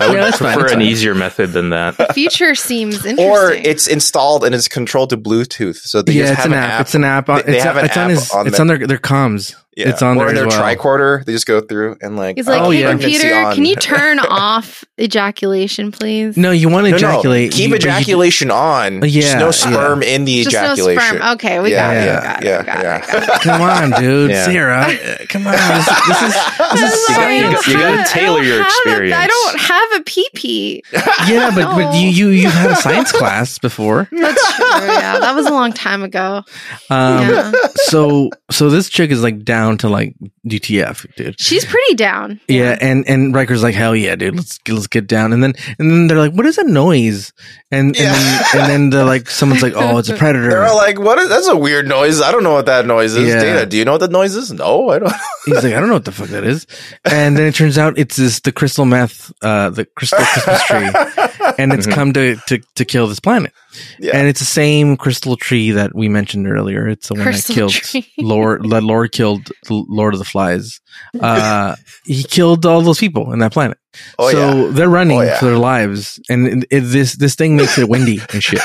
I would Yeah, that's fine, prefer that's an fine. easier method than that. Future seems interesting. Or it's installed and it's controlled to Bluetooth. So they yeah, just it's have an an, app. It's an app. On, They- they it's have an it's on app his. on it's the- on their their comms. Yeah. It's on or there their as well. tricorder. They just go through and like. He's like, Oh, hey, yeah. computer, Pregnancy on." can you turn off ejaculation, please? No, you want to No, no, ejaculate. keep you- but you- ejaculation on. Yeah, Just no yeah. sperm in the Just no ejaculation. sperm. Okay, we yeah, got it. yeah, we got it, yeah, we got it, yeah. we got it. Come on, dude, Yeah. Sarah. uh, Come on. This, this is this is I'm sorry, I science. You don't gotta- you gotta have- I tailor don't your have a- I experience. don't have a pee pee. Yeah, but but you you you had a science class before. That's true. Yeah, that was a long time ago. Um, yeah. So so this chick is like down to like DTF, dude. She's pretty down. Yeah, and and Riker's like, hell yeah, dude, let's let's get down. And then and then they're like, what is that noise? And Yeah. and, then, and then they're like, someone's like, oh, it's a They're predator. all like, "What? Is, that's a weird noise. I don't know what that noise is." Yeah. Dana, do you know what that noise is? No, I don't. He's like, I don't know what the fuck that is. And then it turns out it's this the crystal meth, uh, the crystal Christmas tree, and it's Mhm. come to, to to kill this planet. Yeah. And it's the same crystal tree that we mentioned earlier. It's the one Crystal that killed tree. Lord. That Lord killed the Lord of the Flies. Uh, he killed all those people in that planet. Oh so they're running Oh, yeah. for their lives, and it, it- this this thing makes it windy and shit.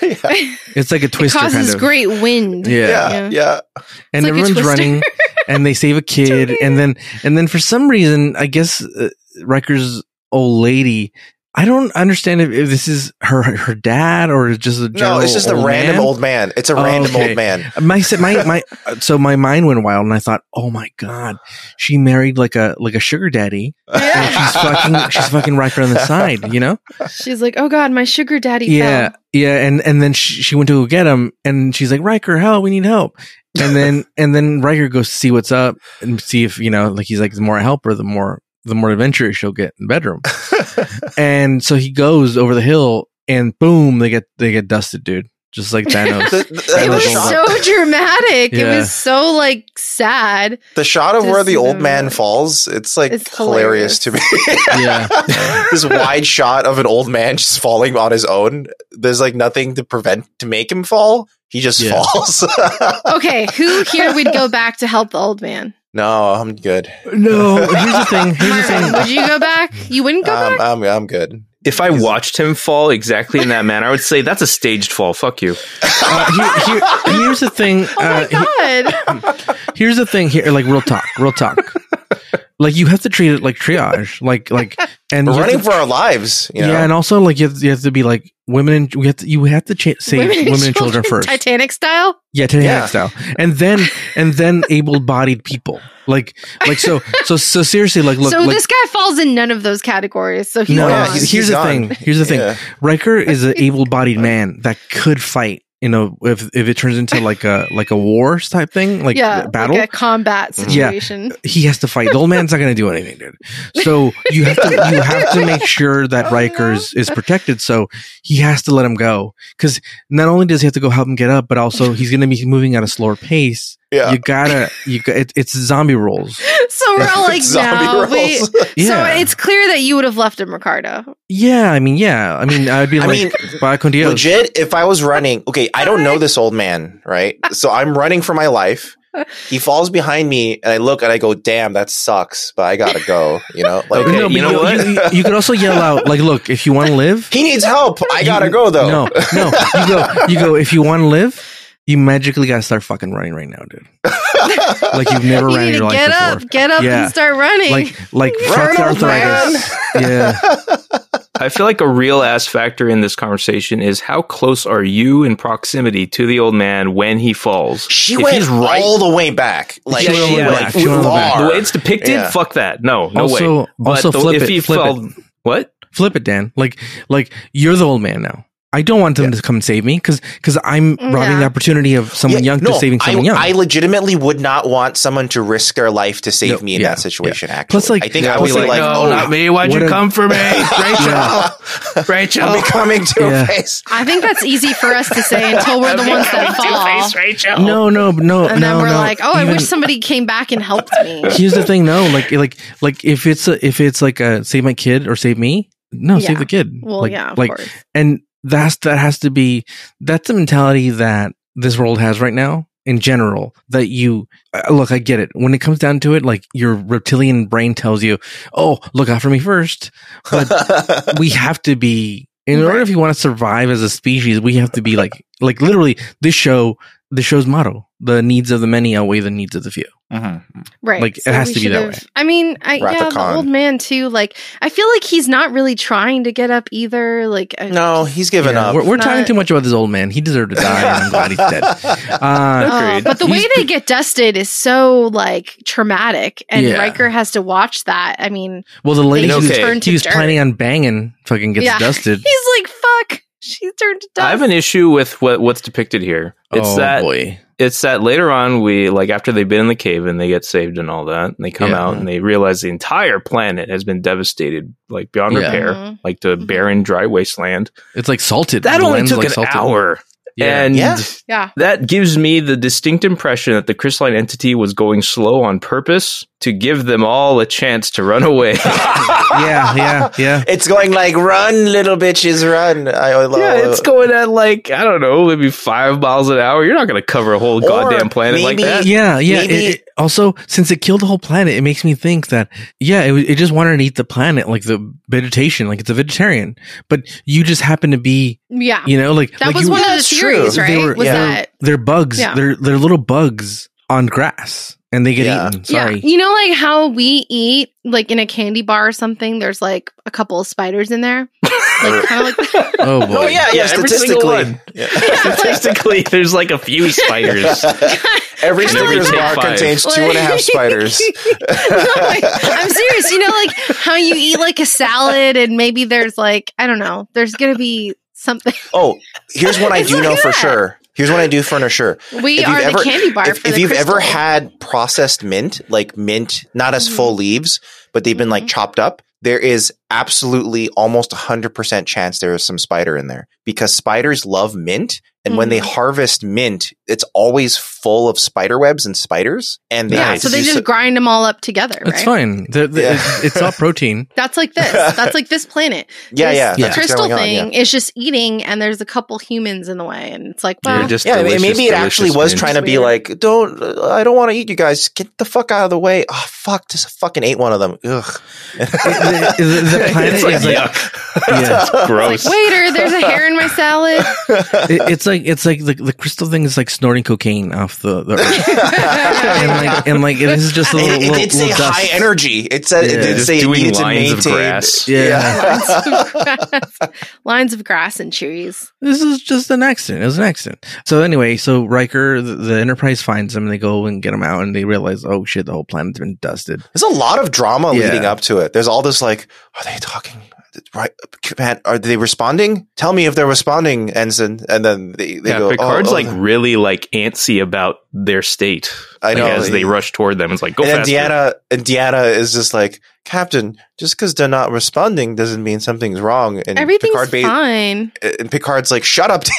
yeah. yeah, It's like a It twister causes kind of. great wind. Yeah. yeah, Yeah. yeah. It's like and a everyone's twister. running, and they save a kid, and then and then for some reason, I guess uh, Riker's old lady. I don't understand if, if this is her her dad or just a general No, it's just a old random man. old man. It's a Oh, random okay. old man. My my my. So my mind went wild, and I thought, "Oh my god, she married like a like a sugar daddy, and she's fucking she's fucking Riker on the side, you know." She's like, oh God, my sugar daddy yeah fell. yeah and and then she, she went to go get him and she's like riker hell we need help and then and then riker goes to see what's up and see if you know like he's like the more i help her the more the more adventurous she'll get in the bedroom and so he goes over the hill and boom they get they get dusted dude just like thanos The, the- It was the shot, so dramatic. It Yeah. was so like sad. the shot of where the old man Just- falls, it's like It's hilarious. to me. yeah this wide shot of an old man just falling on his own. There's like nothing to prevent to make him fall. He just Yeah. falls. Okay, who here would go back to help the old man? No, I'm good. No, here's the thing. Here's the Marvin, thing. would you go back? You wouldn't go Um, back? I'm, I'm good. If I watched him fall exactly in that manner, I would say that's a staged fall. Fuck you. Uh, here, here, here's the thing. Oh uh, he- my god. here's the thing. Here, like real talk, real talk. like you have to treat it like triage. Like like and We're you have running to- for our lives. You know? yeah, and also like you have, you have to be like women and we have to, you have to cha- save women, and children, first. Titanic style? Yeah, Titanic Yeah. style, and then and then able-bodied people, like like so so so seriously, like look, so like, this guy falls in none of those categories. So he's no, Yeah, no, gone. here's he's- the gone. thing, here's the thing, Yeah. Riker is an able-bodied man that could fight, you know, if if it turns into like a like a war type thing, like yeah, battle, Mm-hmm. like a combat Yeah. situation. he has to fight. The old man's not going to do anything, dude. So you have to you have to make sure that Oh, Riker no. is, is protected. So he has to let him go because not only does he have to go help him get up, but also he's going to be moving at a slower pace. Yeah. You gotta you. Got, it, it's zombie rules. So we're all like, Zombie no, we. rolls. Yeah, So it's clear that you would have left him, Ricardo. yeah. I mean, yeah. I mean, I'd be I like, mean, "Bye, con Dios." Legit, if I was running, okay, I don't know this old man, right? So I'm running for my life. He falls behind me, and I look and I go, "Damn, that sucks," but I gotta go. You know, like Okay, no, but you know what? You, you could also yell out, like, "Look, if you want to live, he needs help. I gotta go though. No, no. You go. You go. If you want to live, you magically gotta start fucking running right now, dude. like you've never You ran in need your to life get up, before. get up, Yeah. and start running. Like, like Run, fuck the old man. arthritis. Yeah. I feel like a real ass factor in this conversation is how close are you in proximity to the old man when he falls? She If went he's right- all the way back. Like Yeah, she yeah, went like, she went all the way back. far. the way it's depicted, Yeah. fuck that. No, no Also- way. But also the- flip if it, he flip it. fell, what? Flip it, Dan. Like, like you're the old man now. I don't want them to come save me because because I'm robbing Yeah. the opportunity of someone Yeah, young no, to saving someone I, young. I legitimately would not want someone to risk their life to save No, me in yeah, that situation. Actually, Plus, like, I think yeah, I I'd would be be like, no, "Oh, not me. Why'd what you a- come for me, Rachel? Yeah. Rachel, I'm coming to Yeah. a face." I think that's easy for us to say until we're the ones that fall. no, no, no, And no, then we're no. like, oh, I Even- wish somebody came back and helped me. Here's the thing, no, like, like, like, if it's a, if it's like a save my kid or save me, no, Yeah. save the kid. Well, like, yeah, of like, course. and that's that has to be that's the mentality that this world has right now in general that you uh, look i get it when it comes down to it like your reptilian brain tells you oh look out for me first but we have to be in order if you want to survive as a species we have to be like like literally this show this show's motto the needs of the many outweigh the needs of the few Mm-hmm. Right. Like, it has we to be should that have- way. I mean, I, Wrath of yeah, the Khan. old man too. Like, I feel like he's not really trying to get up either. Like, I- no, he's given Yeah, up. we're, we're Not- talking too much about this old man he deserved to die and i'm glad he's dead uh, Oh, Agreed. but the way He's- they get dusted is so like traumatic, and Yeah. Riker has to watch that. I mean, well the lady they Okay. who's just turn to he was dirt. planning on banging fucking gets Yeah. dusted He's like, "Fuck, she turned to dust." I have an issue with what what's depicted here. It's oh that boy it's that later on we like after they've been in the cave and they get saved and all that, and they come Yeah. out and they realize the entire planet has been devastated, like beyond Yeah. repair, Mhm. like to a Mhm. barren, dry wasteland. It's like salted. That The only lens, took like, an salted. hour, Yeah. and Yeah. Yeah, that gives me the distinct impression that the crystalline entity was going slow on purpose to give them all a chance to run away. yeah, yeah, yeah. It's going like, "Run, little bitches, run!" I, I love yeah, it's going at like I don't know, maybe five miles an hour. You're not going to cover a whole Or goddamn planet like maybe- that. Yeah, yeah. Maybe- It- it- also, since it killed the whole planet, it makes me think that yeah, it, was- it just wanted to eat the planet, like the vegetation, like it's a vegetarian. But you just happen to be, yeah. you know, like That like was you- one of the That's series, true. They right? were- was yeah. that? they're bugs. Yeah. They're they're little bugs on grass, and they get Yeah. eaten. Sorry. Yeah, you know, like how we eat, like in a candy bar or something. There's like a couple of spiders in there, like kind of like that. Oh boy. Oh yeah, yeah. Yeah, every single Statistically, one. Yeah. Statistically, there's like a few spiders. every Every Snickers take bar five. contains two and a half spiders. No, like, I'm serious. You know, like how you eat like a salad, and maybe there's like I don't know. There's gonna be something. Oh, here's what I It's do like know for that. sure. Here's what I do for sure. If We you've are ever- the candy bar. if for if the you've crystal. ever had processed mint, like mint, not as Mhm. full leaves, but they've been like Mhm. chopped up, there is absolutely almost 100% chance there is some spider in there because spiders love mint. And when they Mhm. harvest mint, it's always full of spider webs and spiders. And they Yeah, had so to they do just so- grind them all up together, That's right? fine. The- the- Yeah. it's, it's all protein. That's like this. That's like this planet. yeah, This- yeah, The that's what's crystal going on, yeah. thing is just eating, and there's a couple humans in the way, and it's like, well, You're just Yeah, I mean, delicious, maybe it actually was delicious man. trying to be Weird. like, don't, uh, I don't want to eat you guys. Get the fuck out of the way. Oh, fuck, just fucking ate one of them. Ugh. The- the- the planet It's like, is like- yuck. Yeah. It's gross. waiter, there's a hair in my salad. It- it's like it's like the, the crystal thing is like snorting cocaine off the, the earth, and like and like it is just a little, it, it little, did say little high dust. energy. It said Yeah, it did just say it doing needed to lines of maintain. grass. Yeah. lines, of grass, lines of grass and trees. This is just an accident. It was an accident. So anyway, so Riker, the, the Enterprise finds them. and They go and get them out, and they realize, oh shit, the whole planet's been dusted. There's a lot of drama Yeah. leading up to it. There's all this like, are they talking? Right, command? Are they responding? Tell me if they're responding, ensign. And then they, they yeah, go. Picard's oh, oh. like really like antsy about their state. I like, know. as they rush toward them, it's like go and then faster. Deanna, and Deanna is just like, Captain, just because they're not responding doesn't mean something's wrong. And Everything's ba- fine. and Picard's like, "Shut up,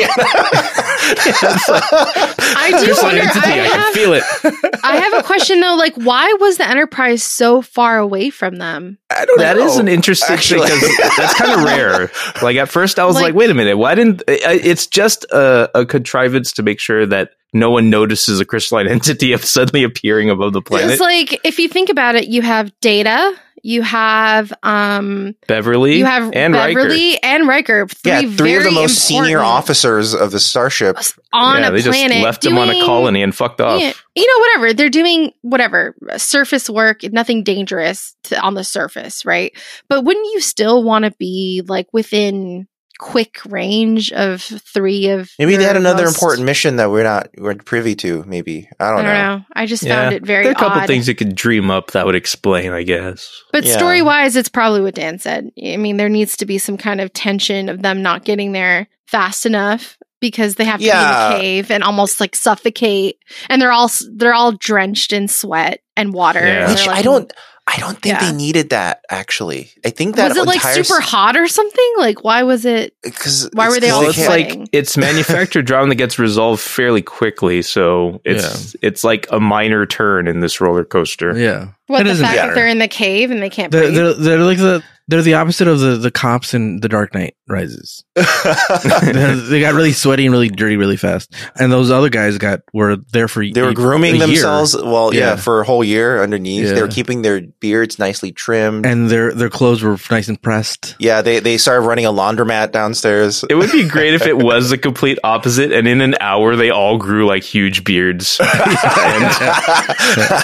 Deanna." I do There's an wonder. entity, I, I can have, feel it. I have a question though. Like, why was the Enterprise so far away from them? I don't That know. is an interesting actually. thing because that's kind of rare. Like at first, I was Like- like, "Wait a minute, why didn't?" I- I- It's just a, a contrivance to make sure that no one notices a crystalline entity of suddenly appearing above the planet. It's like if you think about it, you have Data, you have um, Beverly, you have and Riker. Beverly and Riker. Three yeah, three of very the most senior important officers of the starship. on yeah, a they just planet. left him on a doing- colony and fucked off. Yeah, you know, whatever. They're doing whatever surface work, nothing dangerous to, on the surface, right? But wouldn't you still want to be like within quick range of three of Maybe they your had another most- important Oh, mission that we're not we're privy to. Maybe I I don't, don't know. know. I just Yeah. found it very There are a couple odd. things you could dream up that would explain, I guess. But Yeah. story wise, it's probably what Dan said. I mean, there needs to be some kind of tension of them not getting there fast enough because they have to Yeah. be in a cave and almost like suffocate, and they're all s- they're all drenched in sweat and water. Yeah. and Which they're I like- don't. I don't think Yeah. they needed that. Actually, I think that was it like entire super hot or something? Like wigh was it? Because Why were they all well, it's sweating. like it's manufactured drama that gets resolved fairly quickly, so it's it's like a minor turn in this roller coaster. Yeah, What That the doesn't fact matter. that they're in the cave and they can't they're, breathe? they're they're like the they're the opposite of the the cops in The Dark Knight Rises. They're- they got really sweaty and really dirty really fast, and those other guys got were there for they were a- grooming a year. themselves. Well, yeah. Yeah. for a whole year underneath. They Yeah. were keeping their beards nicely trimmed. and their their clothes were nice and pressed. yeah, they they started running a laundromat downstairs. It would be great if it was the complete opposite, and in an hour they all grew like huge beards and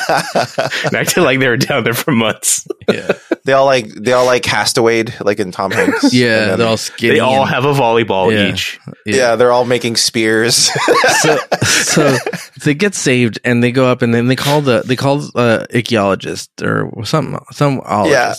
acted like they were down there for months. Yeah, they all like they all like castawayed like in Tom Hanks. And yeah, then- they're all skinny. They all and- have a volleyball Yeah. each. yeah, they're all making spears. so, so they get saved and they go up and then they call the they call uh ichthyologist or some some ologist. Yeah,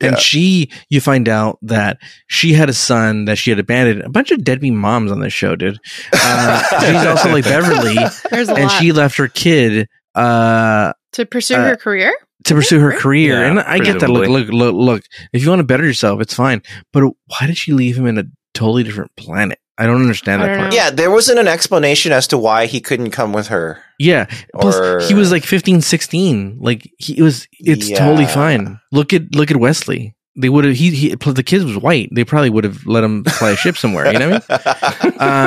And yeah. she you find out that she had a son that she had abandoned. A bunch of deadbeat moms on this show, dude. Uh, she's also like Beverly There's a and lot she left her kid uh to pursue uh, her career. to pursue her career. Yeah, and I get that. Look, presumably. look, look, look. If you want to better yourself, it's fine. But why did she leave him in a totally different planet? I don't understand I that don't part. know. yeah, there wasn't an explanation as to why he couldn't come with her. Yeah. Plus, Or he was like 15, 16. Like he was, it's Yeah. totally fine. Look at look at Wesley. They would have. He, he the kid was white. They probably would have let him fly a ship somewhere. You know what I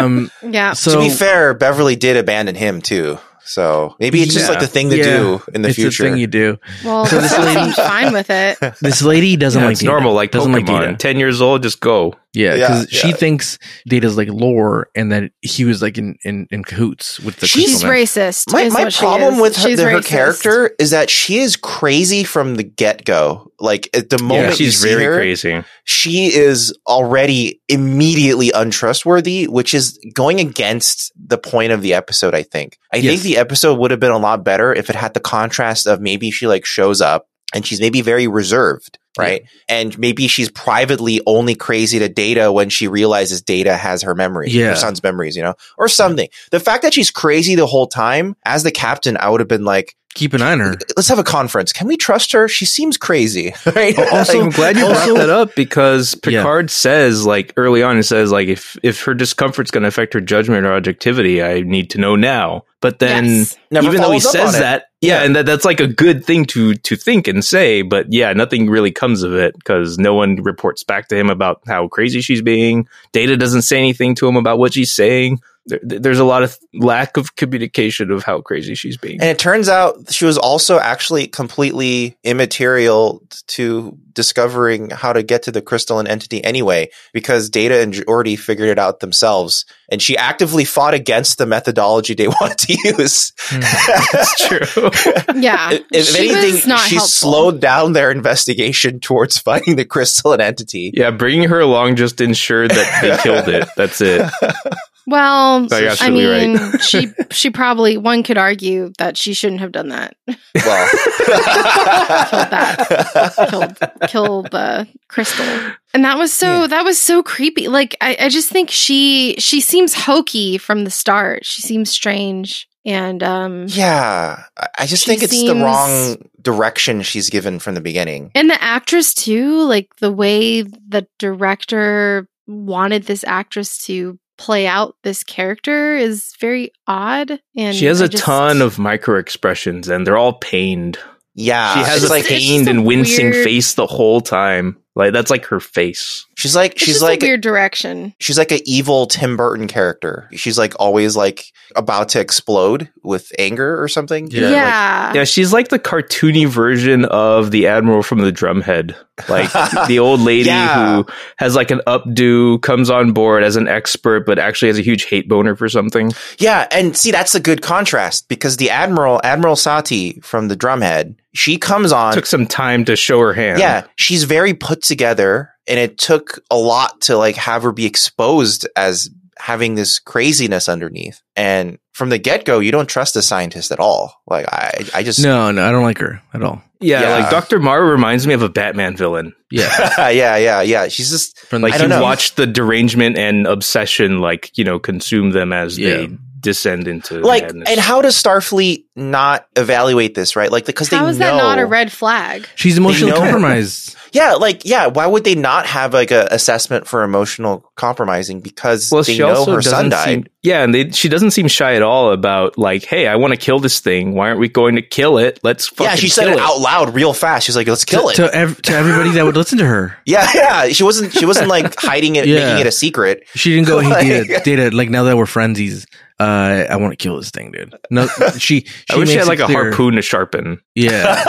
mean? Yeah. Um. So to be fair, Beverly did abandon him too. So maybe it's just Yeah. like the thing to Yeah. do in the it's future. the thing you do. Well, So this this lady- seems fine with it. This lady doesn't Yeah, like it's Data. normal, like doesn't like Pokemon. Data. Ten years old, just go. Yeah, Yeah, because she yeah. thinks Data's like lore, and that he was like in in, in cahoots with the. She's crystal man. racist. my is my what she problem is. with her, She's her racist. character is that she is crazy from the get go. Like at the moment Yeah, you she's see very her, crazy. she is already immediately untrustworthy, which is going against the point of the episode, I think. I Yes. think the episode would have been a lot better if it had the contrast of maybe she like shows up and she's maybe very reserved, right? And maybe she's privately only crazy to Data when she realizes Data has her memories, Yeah. her son's memories, you know, or something. The fact that she's crazy the whole time, as the captain, I would have been like, keep an eye on her. Let's have a conference. Can we trust her? She seems crazy. Right? Also, Like, I'm glad you brought brought that that up because Yeah. Picard says, like early on, he says, like if if her discomfort's going to affect her judgment or objectivity, I need to know now. But then, Yes. never even though he follows up says on it. that, yeah, Yeah. and that that's like a good thing to to think and say. But yeah, nothing really comes of it because no one reports back to him about how crazy she's being. Data doesn't say anything to him about what she's saying. There, there's a lot of lack of communication of how crazy she's being. And it turns out she was also actually completely immaterial to discovering how to get to the crystalline entity anyway, because Data and Geordi figured it out themselves. And she actively fought against the methodology they wanted to use. That's true. Yeah. if if She was anything, not she helpful. slowed down their investigation towards finding the crystalline entity. yeah, bringing her along just ensured that they killed it. That's it. Well, No, you're I absolutely right. mean, she she probably one could argue that she shouldn't have done that. Well, killed kill the crystal and that was so that was so creepy like I, I just think she she seems hokey from the start she seems strange and um yeah, I- I just She think it's seems- the wrong direction she's given from the beginning. and the actress too like the way the director wanted this actress to play out this character is very odd and she has a a ton of micro expressions, and they're all pained. Yeah, she has she's a Ah, like it's pained just a and wincing weird- face the whole time. Like that's like her face. she's like she's like weird direction she's like an evil Tim Burton character. She's like always like about to explode with anger or something. yeah, Yeah, Yeah, she's like the cartoony version of the admiral from the drumhead. Like the old lady Yeah. who has like an updo, comes on board as an expert, but actually has a huge hate boner for something. Yeah, and see that's a good contrast because the admiral Admiral Sati from the Drumhead, she comes on. Took some time to show her hand. yeah, she's very put together, and it took a lot to like have her be exposed as having this craziness underneath. And from the get go, you don't trust the scientist at all. Like I, I just No, no, I don't like her at all. Yeah, Yeah. like Dr. Mara reminds me of a Batman villain. Yeah, yeah, yeah, yeah. She's just from Like I the, don't you know. watch the derangement and obsession, like, you know, consume them as Yeah. they descend into like madness. and how does starfleet not evaluate this right like because they how know is that not a red flag she's emotionally know. compromised. yeah like yeah why would they not have like a assessment for emotional compromising because Well, they she know also her son doesn't died seem, yeah, and they, she doesn't seem shy at all about like, hey, I want to kill this thing. Why aren't we going to kill it? Let's fucking yeah she said kill it, out loud real fast she's like let's kill to, it to, ev- to everybody that would listen to her. yeah yeah she wasn't she wasn't like hiding it Yeah. making it a secret She didn't go, Like- hey, data, data. Like now that we're frenzies, uh, I want to kill this thing, dude. No, she. she I wish she makes it had like a clear. harpoon to sharpen. Yeah,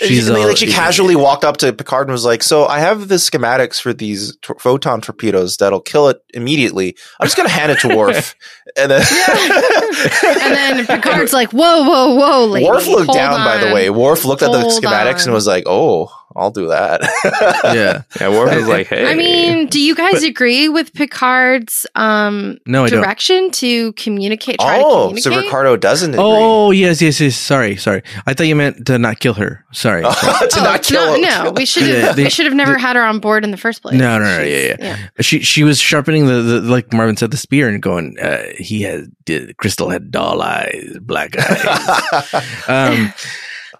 She's She's she, all- uh, like she casually walked up to Picard and was like, "So I have the schematics for these tor- photon torpedoes that'll kill it immediately. I'm just gonna hand it to Worf." And then, and then picard's like whoa whoa whoa lady. Worf looked hold down, by the on." way. Worf looked at the Hold schematics on. and was like, "Oh, I'll do that." yeah. Yeah, Worf was like, hey, I mean, do you guys agree with Picard's um No, I don't. direction to communicate? Try oh, to so communicate? Ricardo doesn't agree. Oh yes, yes, yes. Sorry, sorry. I thought you meant to not kill her. Sorry. to Oh, not kill him. No, no, we should Yeah, have. they- we should have never had her on board in the first place. No, no, no, yeah, yeah. she she was sharpening the, the like Marvin said the spear and going. Uh, he had did, crystal had doll eyes, black eyes. um,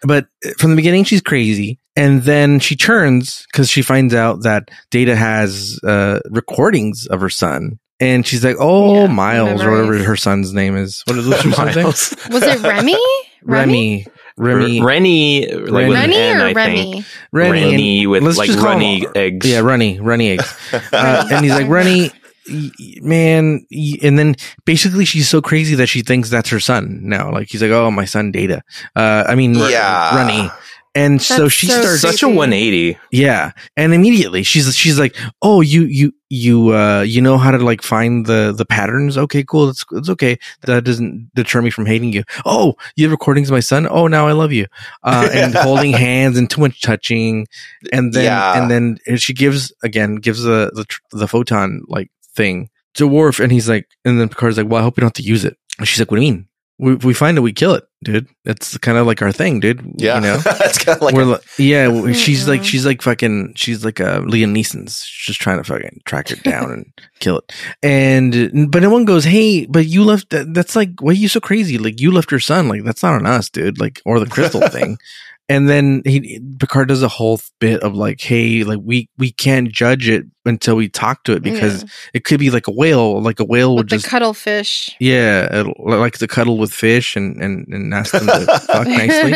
but from the beginning, she's crazy, and then she turns because she finds out that Data has uh, recordings of her son, and she's like, "Oh, Yeah, Miles, or memories. whatever her son's name is. What is this or something? Was it Remy? Remy, Remy, Remy, Rennie, like with an Rennie N, I or think. Remy? Rennie, and- Rennie with let's like just call him- runny eggs. Yeah, Runny, Runny eggs. uh, and he's like, Rennie, y- y- man. y- And then basically, she's so crazy that she thinks that's her son now. Like, he's like, oh, my son, Data. Uh, I mean, Yeah. yeah. Rennie. And so That's she so starts, Such a 180. yeah. And immediately she's, she's like, oh, you, you, you, uh, you know how to like find the, the patterns. Okay, cool. That's, that's okay. That doesn't deter me from hating you. Oh, you have recordings of my son. Oh, now I love you. Uh, and holding hands and too much touching and then Yeah. and then and she gives again gives the the, tr- the photon like thing to Worf, and he's like, and then Picard's like, well, I hope we don't have to use it. And she's like, what do you mean? We, if we find it, we kill it. dude. That's kind of like our thing, dude. Yeah, You know? that's kind of like We're like, yeah, w- she's like Mhm. she's like fucking she's like uh Liam Neeson's She's just trying to fucking track it down and kill it. And but no one goes, hey, but you left. That, that's like why are you so crazy? Like you left your son. Like that's not on us, dude. Like or the crystal thing. And then he Picard does a whole bit of like, hey, like we we can't judge it until we talk to it because Yeah. it could be like a whale. Like a whale with would just the cuttlefish. yeah, it'll- like to cuddle with fish and and and ask them to fuck nicely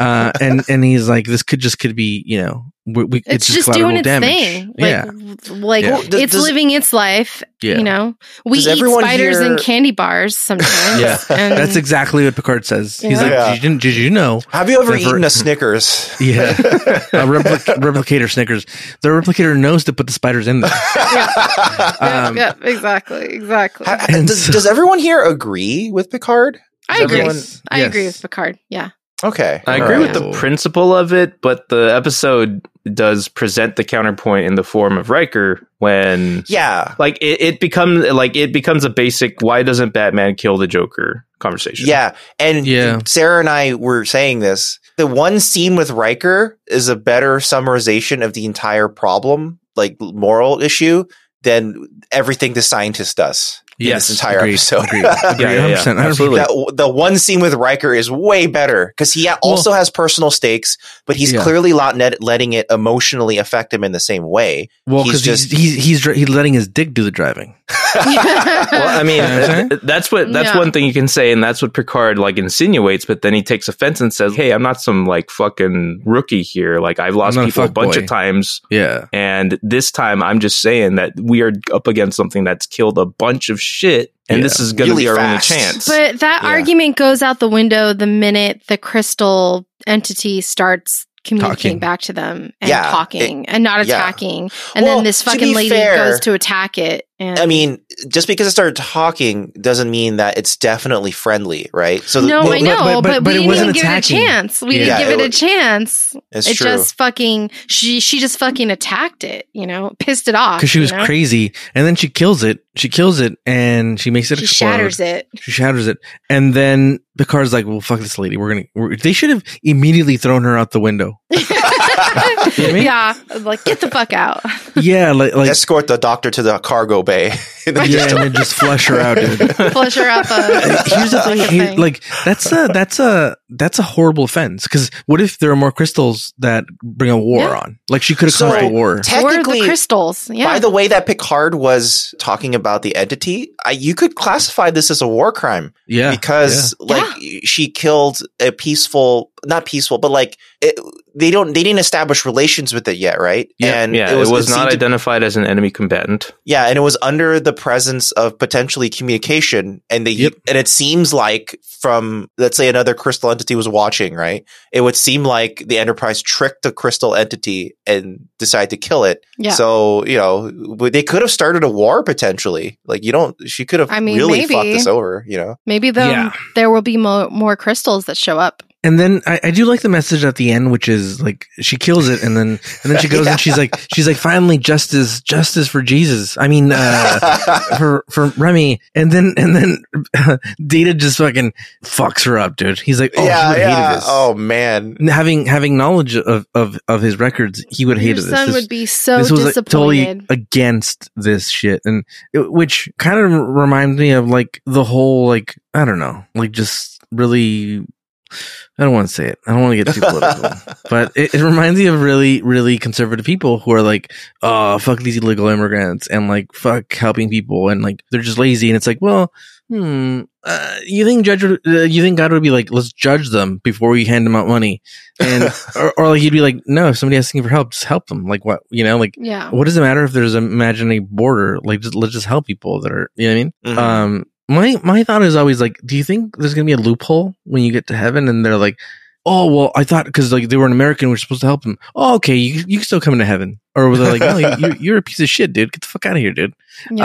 uh, and and he's like, this could just could be, you know, we, we it's, just, doing collateral its damage. thing. yeah, Like, like Yeah. Well, does- it's does- living its life. yeah. You know, we Does eat everyone spiders here- and candy bars sometimes. Yeah. and That's exactly what Picard says. He's Yeah. like, Yeah. did, you, did you know Have you ever Never- eaten a Snickers? Yeah. a replic- replicator Snickers? The replicator knows to put the spiders in there. Yep, Um, yep, exactly, exactly. Ha- And does, so- does everyone here agree with Picard? I agree. everyone- I Yes. agree with Picard. Yeah, Okay, I all agree Alright. with the principle of it, but the episode does present the counterpoint in the form of Riker when Yeah, like it, it becomes like it becomes a basic why doesn't Batman kill the Joker conversation. yeah, and Yeah. Sarah and I were saying this. The one scene with Riker is a better summarization of the entire problem, like moral issue, than everything the scientist does. Yes. this entire Agreed. episode. Agreed. Agreed. Yeah, yeah, yeah. 100%. Absolutely. That, the one scene with Riker is way better because he also has personal stakes, but he's Yeah. clearly not net- letting it emotionally affect him in the same way. Well, He's because he's, just- he's, he's, dri- he's letting his dick do the driving. Well, I mean, You know what I'm saying? th- that's what that's Yeah. one thing you can say, and that's what Picard like insinuates. But then he takes offense and says, "Hey, I'm not some like fucking rookie here. Like I've lost not a people a fuckboy." bunch of times, Yeah. and this time I'm just saying that we are up against something that's killed a bunch of shit, and Yeah. this is going to Really be our fast. only chance." but that Yeah. argument goes out the window the minute the crystal entity starts communicating Talking. back to them and Yeah, talking and not yeah. attacking. And Well, then this to be fucking lady fair- goes to attack it. And I mean, just because it started talking doesn't mean that it's definitely friendly, right? So no, well, I know, but- but, but- but it we didn't wasn't even give attacking. it a chance. We Yeah, didn't give it was- it, a chance. it's it true. just fucking she she just fucking attacked it. You know, pissed it off Because she you was know? crazy. And then she kills it. She kills it and she makes it She explode. shatters it. She shatters it, and then Picard's like, "Well, fuck this lady. We're gonna." We're, they should have immediately thrown her out the window. You know what I mean? yeah, like get the fuck out. Yeah, like like Escort the doctor to the cargo bay. And then yeah, just- and then just flush her out. Dude. Flush her up. uh, A, Here's the thing, like a here- like that's a that's a that's a horrible offense. Because what if there are more crystals that bring a war Yeah. on? Like she could have So- caused a war. or the technically, crystals. Yeah, by the way that Picard was talking about the entity, I, you could classify this as a war crime Yeah, because, like, she killed a peaceful, not peaceful, but like it, they don't they didn't establish relations with it yet, right? Yeah. and yeah, it was, seemed not to- identified as an enemy combatant. Yeah, and it was under the presence of potentially communication, and they Yep. and it seems like from let's say another crystal entity was watching, right? It would seem like the Enterprise tricked the crystal entity and decided to kill it. yeah. So you know but they could have started a war potentially. Like you don't, she could have I mean, really maybe. fucked this over. You know, Maybe though Yeah. there will be mo- more crystals that show up. And then I, I do like the message at the end, which is like she kills it, and then and then she goes and she's like she's like finally justice justice for Jesus. I mean. uh for for Remy, and then and then Data just fucking fucks her up, dude. He's like, oh, he yeah, would have hated yeah. this. Oh man, And having having knowledge of of of his records, he would have Your hated this. son This- would be so this was like, totally disappointed. against this shit, and it- which kind of reminds me of like the whole like I don't know, like just really. I don't want to say it. I don't want to get too political, but it, it reminds me of really, really conservative people who are like, "Oh, fuck these illegal immigrants," and like, "Fuck helping people," and like, they're just lazy. And it's like, well, hmm, uh, you think judge, would- uh, you think God would be like, "Let's judge them before we hand them out money," and or, or like, you'd be like, "No, if somebody asking for help, just help them." Like, what you know, like yeah. what does it matter if there's an imaginary border? Like, just, let's just help people that are, you know what I mean? Mhm. Um, my, my thought is always like, do you think there's going to be a loophole when you get to heaven? And they're like, oh, well, I thought because like they were an American, we're supposed to help them. Oh, okay. You, you can still come into heaven. Or they're like, no, you, you're a piece of shit, dude. Get the fuck out of here, dude. Yeah.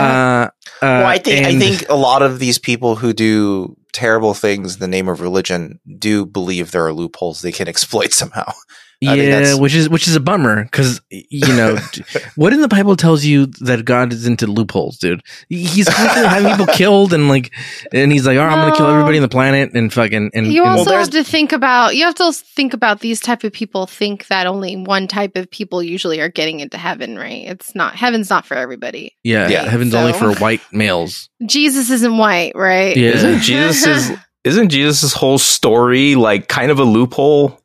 Uh, uh, well, I think I and- think a lot of these people who do terrible things in the name of religion do believe there are loopholes they can exploit somehow. Yeah, I think that's- which is which is a bummer because you know d- what in the Bible tells you that God is into loopholes, dude. He's constantly having people killed and like, and he's like, "Oh, I'm gonna kill No. everybody on the planet," and fucking and, You and also there's- have to think about you have to also think about these type of people think that only one type of people usually are getting into heaven, right? It's not heaven's not for everybody. yeah, Yeah. heaven's only So- for white males. Jesus isn't white, right? Yeah. Isn't Jesus' isn't Jesus' whole story like kind of a loophole?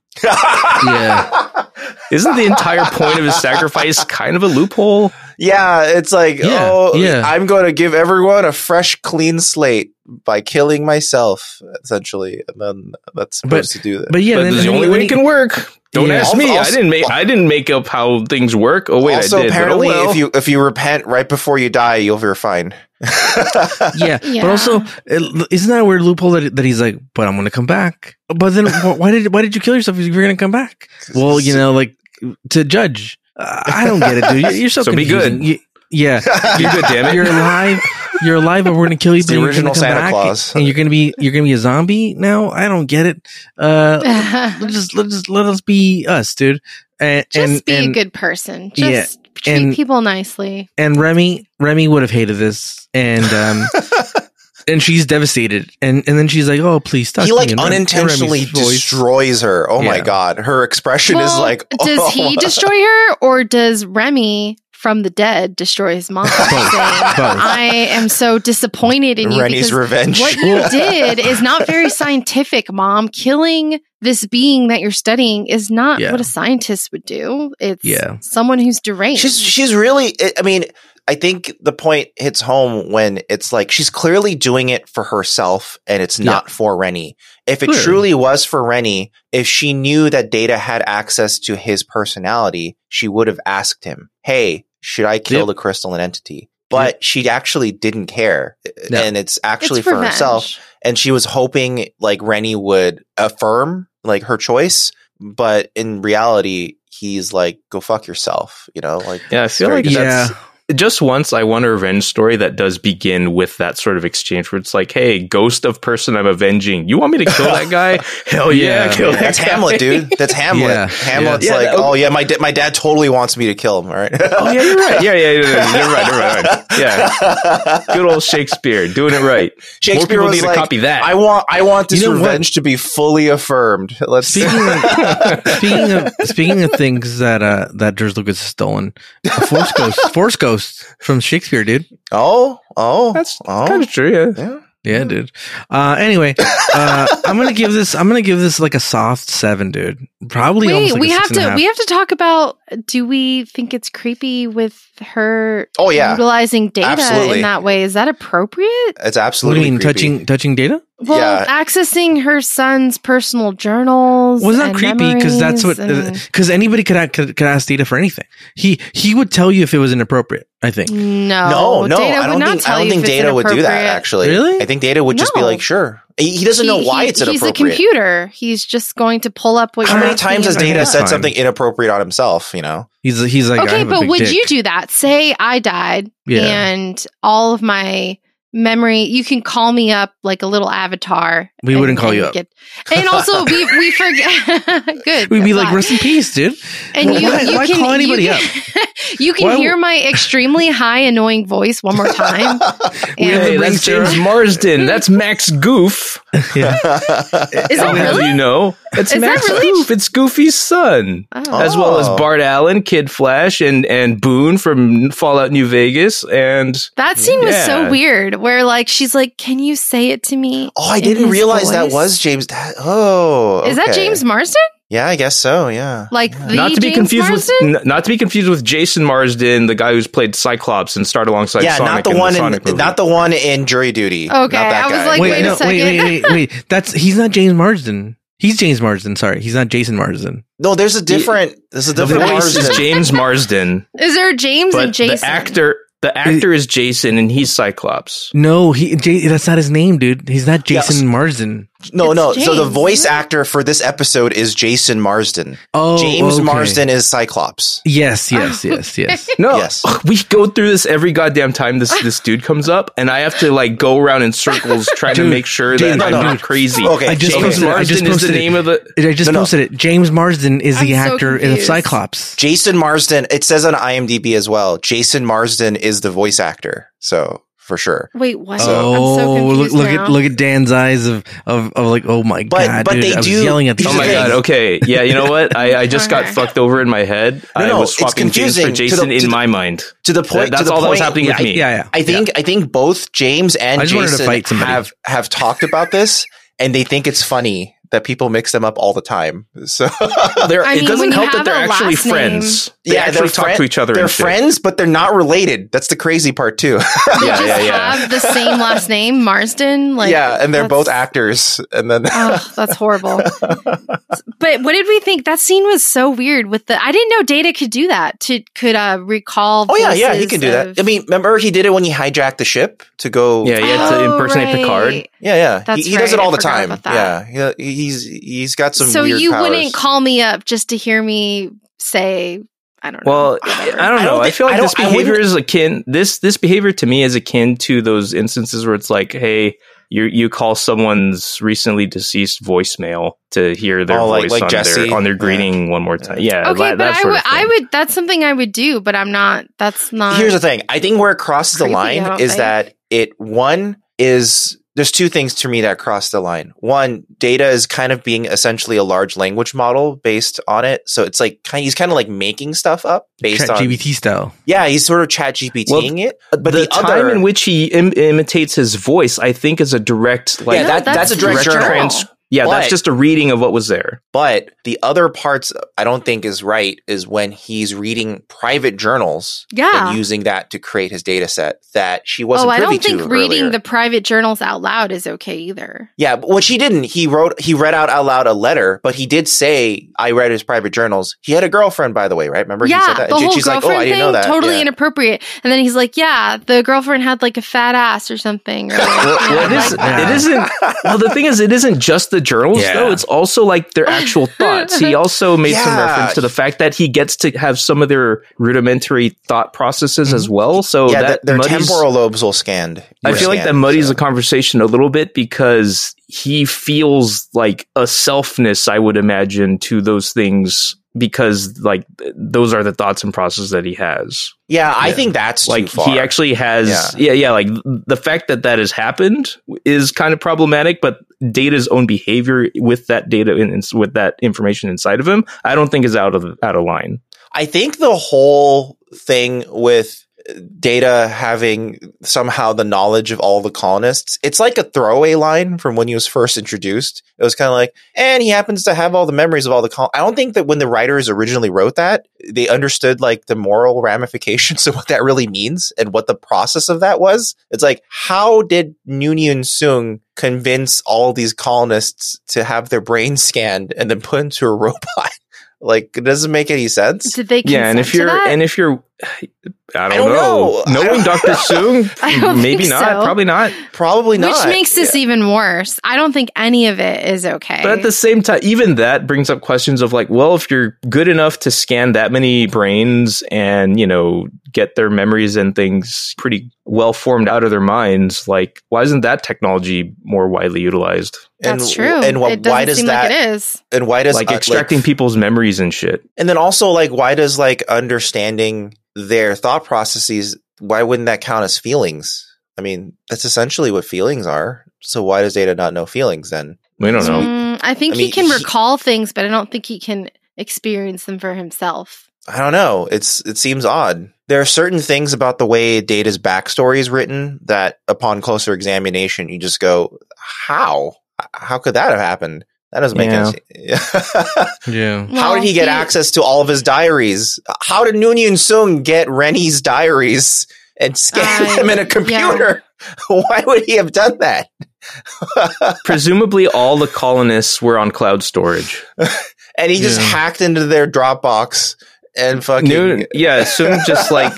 Yeah. Isn't the entire point of his sacrifice kind of a loophole? Yeah, it's like, Yeah, oh, yeah. I'm going to give everyone a fresh, clean slate by killing myself, essentially, and then that's But- supposed to do that. But yeah, but then, this is and the then only when way he- it can work. Don't Yeah. ask me. Also- I didn't make I didn't make up how things work. Oh wait, also, I did. but oh apparently, well. if you if you repent right before you die, you'll be fine. yeah, Yeah. but also, it- isn't that a weird loophole that, that he's like, "But I'm gonna come back." But then, wh- why did why did you kill yourself if you're gonna come back? Well, you know, like to judge. Uh, I don't get it, dude. You're- You're so, So be confusing. good. You- yeah, you good, damn it. you're alive. You're alive, but we're gonna kill you. It's the but you're original gonna come Santa back, Claus. and you're gonna be you're gonna be a zombie now. I don't get it. Uh, just let's just let just let us be us, dude. And and, be a and, good person. Yeah, Just treat and- people nicely. and Remy Remy would have hated this, and um, and she's devastated, and and then she's like, oh please stop. he me," like and Remy- unintentionally Remy's voice. destroys her. Oh my Yeah. god, her expression is Well, like, oh. does he destroy her or does Remy from the dead destroy his mom? saying, I am so disappointed in you Rennie's because revenge? what you did is not very scientific, mom. Killing this being that you're studying is not Yeah. what a scientist would do. It's Yeah. someone who's deranged. She's she's really. I- I mean, I think the point hits home when it's like she's clearly doing it for herself, and it's not for Rennie. If it Clearly. truly was for Rennie, if she knew that Data had access to his personality, she would have asked him, "Hey, should I kill Yep. the crystalline entity?" But she actually didn't care, No. and it's actually It's for revenge. herself. and she was hoping like Rennie would affirm like her choice, but in reality, he's like, "Go fuck yourself," you know, like yeah, I feel like Yeah, that's just once I want a revenge story that does begin with that sort of exchange where it's like, hey, ghost of person I'm avenging. You want me to kill that guy? Hell yeah, Yeah. kill that that's guy. Hamlet, dude. That's Hamlet. Yeah. Hamlet's Yeah. like, Yeah, that- "Oh yeah, my da- my dad totally wants me to kill him." All right. Oh yeah, you're right. Yeah, yeah, yeah, yeah, you're right, you're right, you're right. Yeah, good old Shakespeare doing it right. More Shakespeare people was need like, to copy that. "I want I want this You know what? revenge to be fully affirmed." Let's see. Speaking of, speaking of speaking of things that uh that George Lucas has stolen, Force Ghost, Force Ghost from Shakespeare, dude. oh oh That's oh. kind of true. Yeah. yeah. Yeah, dude. Uh, anyway, uh, I'm gonna give this. I'm gonna give this like a soft seven, dude. Probably. Wait, almost like we a have six and a to half. we have to talk about do we think it's creepy with her Oh yeah, utilizing data Absolutely. in that way? Is that appropriate? it's What do absolutely you mean creepy. touching touching data? Well, Yeah. accessing her son's personal journals Well, it's not and creepy because that's what uh, memories and- because anybody could, act- could could ask data for anything. He he would tell you if it was inappropriate. I think. No, No, no, I Data Oh, would don't not think tell I don't you think if it's Data would do that. inappropriate. Actually, Really? I think Data would just be No. like, sure. He, he doesn't He- know why he- it's He's a inappropriate. computer. He's just going to pull up what. How you're many asking times him has to Data look said up. Fine. something inappropriate on himself? You know, He's he's like I okay, have a but big would dick. you do that? Say I died, Yeah. and all of my memory. You can call me up like a little avatar. We and- wouldn't call and you up. get- and also, we we forget. Good. We'd be that's like why. rest in peace, dude. And you, Why- you why can call anybody you can, you can Why- hear my extremely high, annoying voice one more time. And- We have Hey, the ring that's James ceremony. Marsden. That's Max Goof. Yeah. is that I'll have really? You know, it's Is that Max really? Goof. It's Goofy's son, Oh. as well as Oh. Bart Allen, Kid Flash, and and Boone from Fallout New Vegas. And That scene was so Yeah. weird. Where like she's like, "Can you say it to me?" oh, I in didn't his realize that voice?" was James. That, oh, Is that okay. James Marsden? Yeah, I guess so. Yeah, Like the not to be James confused Marsden? with n- not to be confused with Jason Marsden, the guy who's played Cyclops and starred alongside yeah, Sonic not the one in the in Sonic movie. not the one in Jury Duty. Okay, Not that I was guy. like, wait, wait a no, wait, wait, wait, wait. That's he's not James Marsden. He's James Marsden. Sorry, he's not Jason Marsden. no, there's a different. There's a the different voice is Marsden. James Marsden, Is there a James but and Jason? the actor the actor is Jason and he's Cyclops. No, he J, that's not his name, dude. He's not Yes. Jason Marsden. No, It's no. so the James, voice isn't it? actor for this episode is Jason Marsden. Oh, James okay. Marsden is Cyclops. Yes, yes, yes, yes. No, Yes. we go through this every goddamn time this this dude comes up, and I have to like go around in circles trying to Dude, make sure dude, that no, I'm no. not crazy. Okay, I just James posted. it. I just Marsden is posted the it. name of the. I just No, no. posted it. James Marsden is the I'm so actor of confused. Cyclops. Jason Marsden. It says on IMDb as well. Jason Marsden is the voice actor. So for sure. Wait, what? oh, I'm so look, confused look now. at look at Dan's eyes of of, of like, oh my But- god, but dude, they I was do- yelling at the Here's Oh my the god. thing. Okay. Yeah. You know what? I, I just got Alright. fucked over in my head. No, I no, was it's swapping James confusing for to the- Jason to in the- my mind. To the point. That- that's to the all that was point- happening yeah, with me. yeah, yeah. I think. I think both James and I just wanted to Jason fight somebody. have have talked about this, and they think it's funny that people mix them up all the time. So They're- I it mean, doesn't when you help that have they're a actually last name- friends. They Yeah, actually they're talk friend- to each other. they're and shit. friends, but they're not related. That's the crazy part too. They Yeah, just yeah, yeah. have the same last name, Marsden. Like, yeah, and they're both that's- actors, and then Oh, that's horrible. but what did we think? That scene was so weird. With the, I didn't know Data could do that. To could uh recall. Oh yeah, yeah, he voices can do that. of- I mean, remember he did it when he hijacked the ship to go. Yeah, he had to Oh, impersonate Picard. right. yeah, yeah. That's he, he does right, it all I the forgot time. about that. Yeah, he, he's he's got some. So weird you powers. wouldn't call me up just to hear me say, I don't know. Well, I whatever. don't I know. don't I, think- feel I like don't- this I behavior wouldn't- is akin this this behavior to me is akin to those instances where it's like, hey, you you call someone's recently deceased voicemail to hear their Oh, like- voice like on Jesse? their on their Yeah. greeting one more time. Yeah, okay, that, but that I sort would, of thing. I would. That's something I would do, but I'm not. That's not. Here's the thing. I think where it crosses the Creepy, I line don't is think. that it one is there's two things to me that cross the line. One, data is kind of being essentially a large language model based on it, so it's like kind he's kind of like making stuff up based Chat on GBT style. yeah, he's sort of chat GPTing it. but But the, the time other- in which he Im- imitates his voice, I think, is a direct like yeah, that, that's that's, a direct journal. journal. trans- yeah, that's But- just a reading of what was there. But the other parts I don't think is right is when he's reading private journals Yeah. and using that to create his data set that she wasn't Ah. oh, I privy don't think to reading earlier. the private journals out loud is okay either. yeah, but what she didn't. He wrote he read out out loud a letter, but he did say I read his private journals. He had a girlfriend, by the way, right? Remember he yeah, said that? the And whole she's like, girlfriend Oh, I didn't thing know that. totally yeah. inappropriate. And then he's like, "Yeah, the girlfriend had like a fat ass or something." Or, like, you know, Well, it, is, like that. it isn't. Well, the thing is, it isn't just the journals Yeah. though. It's also like their actual thoughts. He also made some Yeah. reference to the fact that he gets to have some of their rudimentary thought processes as well. So Mm-hmm. yeah, Oh, that their, their muddies- temporal lobes will scanned. I feel like that muddies the a conversation a little bit because he feels like a selfness, I would imagine, to those things because like th- those are the thoughts and processes that he has. yeah, I Yeah. think that's like too far. he actually has, yeah. yeah, Like th- the fact that that has happened is kind of problematic, but data's own behavior with that data and and s- with that information inside of him, I don't think is out of out of line. I think the whole thing with Data having somehow the knowledge of all the colonists, it's like a throwaway line from when he was first introduced. It was kind of like, and he happens to have all the memories of all the col. I don't think that when the writers originally wrote that, they understood like the moral ramifications of what that really means and what the process of that was. It's like, how did Noonien Sung convince all these colonists to have their brains scanned and then put into a robot? Like, it doesn't make any sense. Did they? yeah, and if you're that? and if you're, I don't, don't know. know. I Knowing don't- Doctor Soong, I don't maybe think not, so. probably not. Probably which not. makes this even worse. I don't think any of it is okay. But at the same time, even that brings up questions of like, well, if you're good enough to scan that many brains and you know get their memories and things pretty well formed out of their minds, like why isn't that technology more widely utilized? that's and, true. And wh- it doesn't why does seem that? like it is. and why does like uh, extracting people's memories and shit. And then also like why does like understanding their thought processes? Why wouldn't that count as feelings? I mean, that's essentially what feelings are. So why does data not know feelings then? We don't know. Mm, I think I he mean, can he- recall things, but I don't think he can experience them for himself. I don't know. It's it seems odd. There are certain things about the way data's backstory is written that upon closer examination you just go, How? How could that have happened? That doesn't make any sense. Yeah. How Well, did he get access to all of his diaries? How did Noonien Sung get Rennie's diaries and scan I- them in a computer? Why would he have done that? Presumably, all the colonists were on cloud storage. And he just Yeah. hacked into their Dropbox and fucking. Noon, yeah, soon just like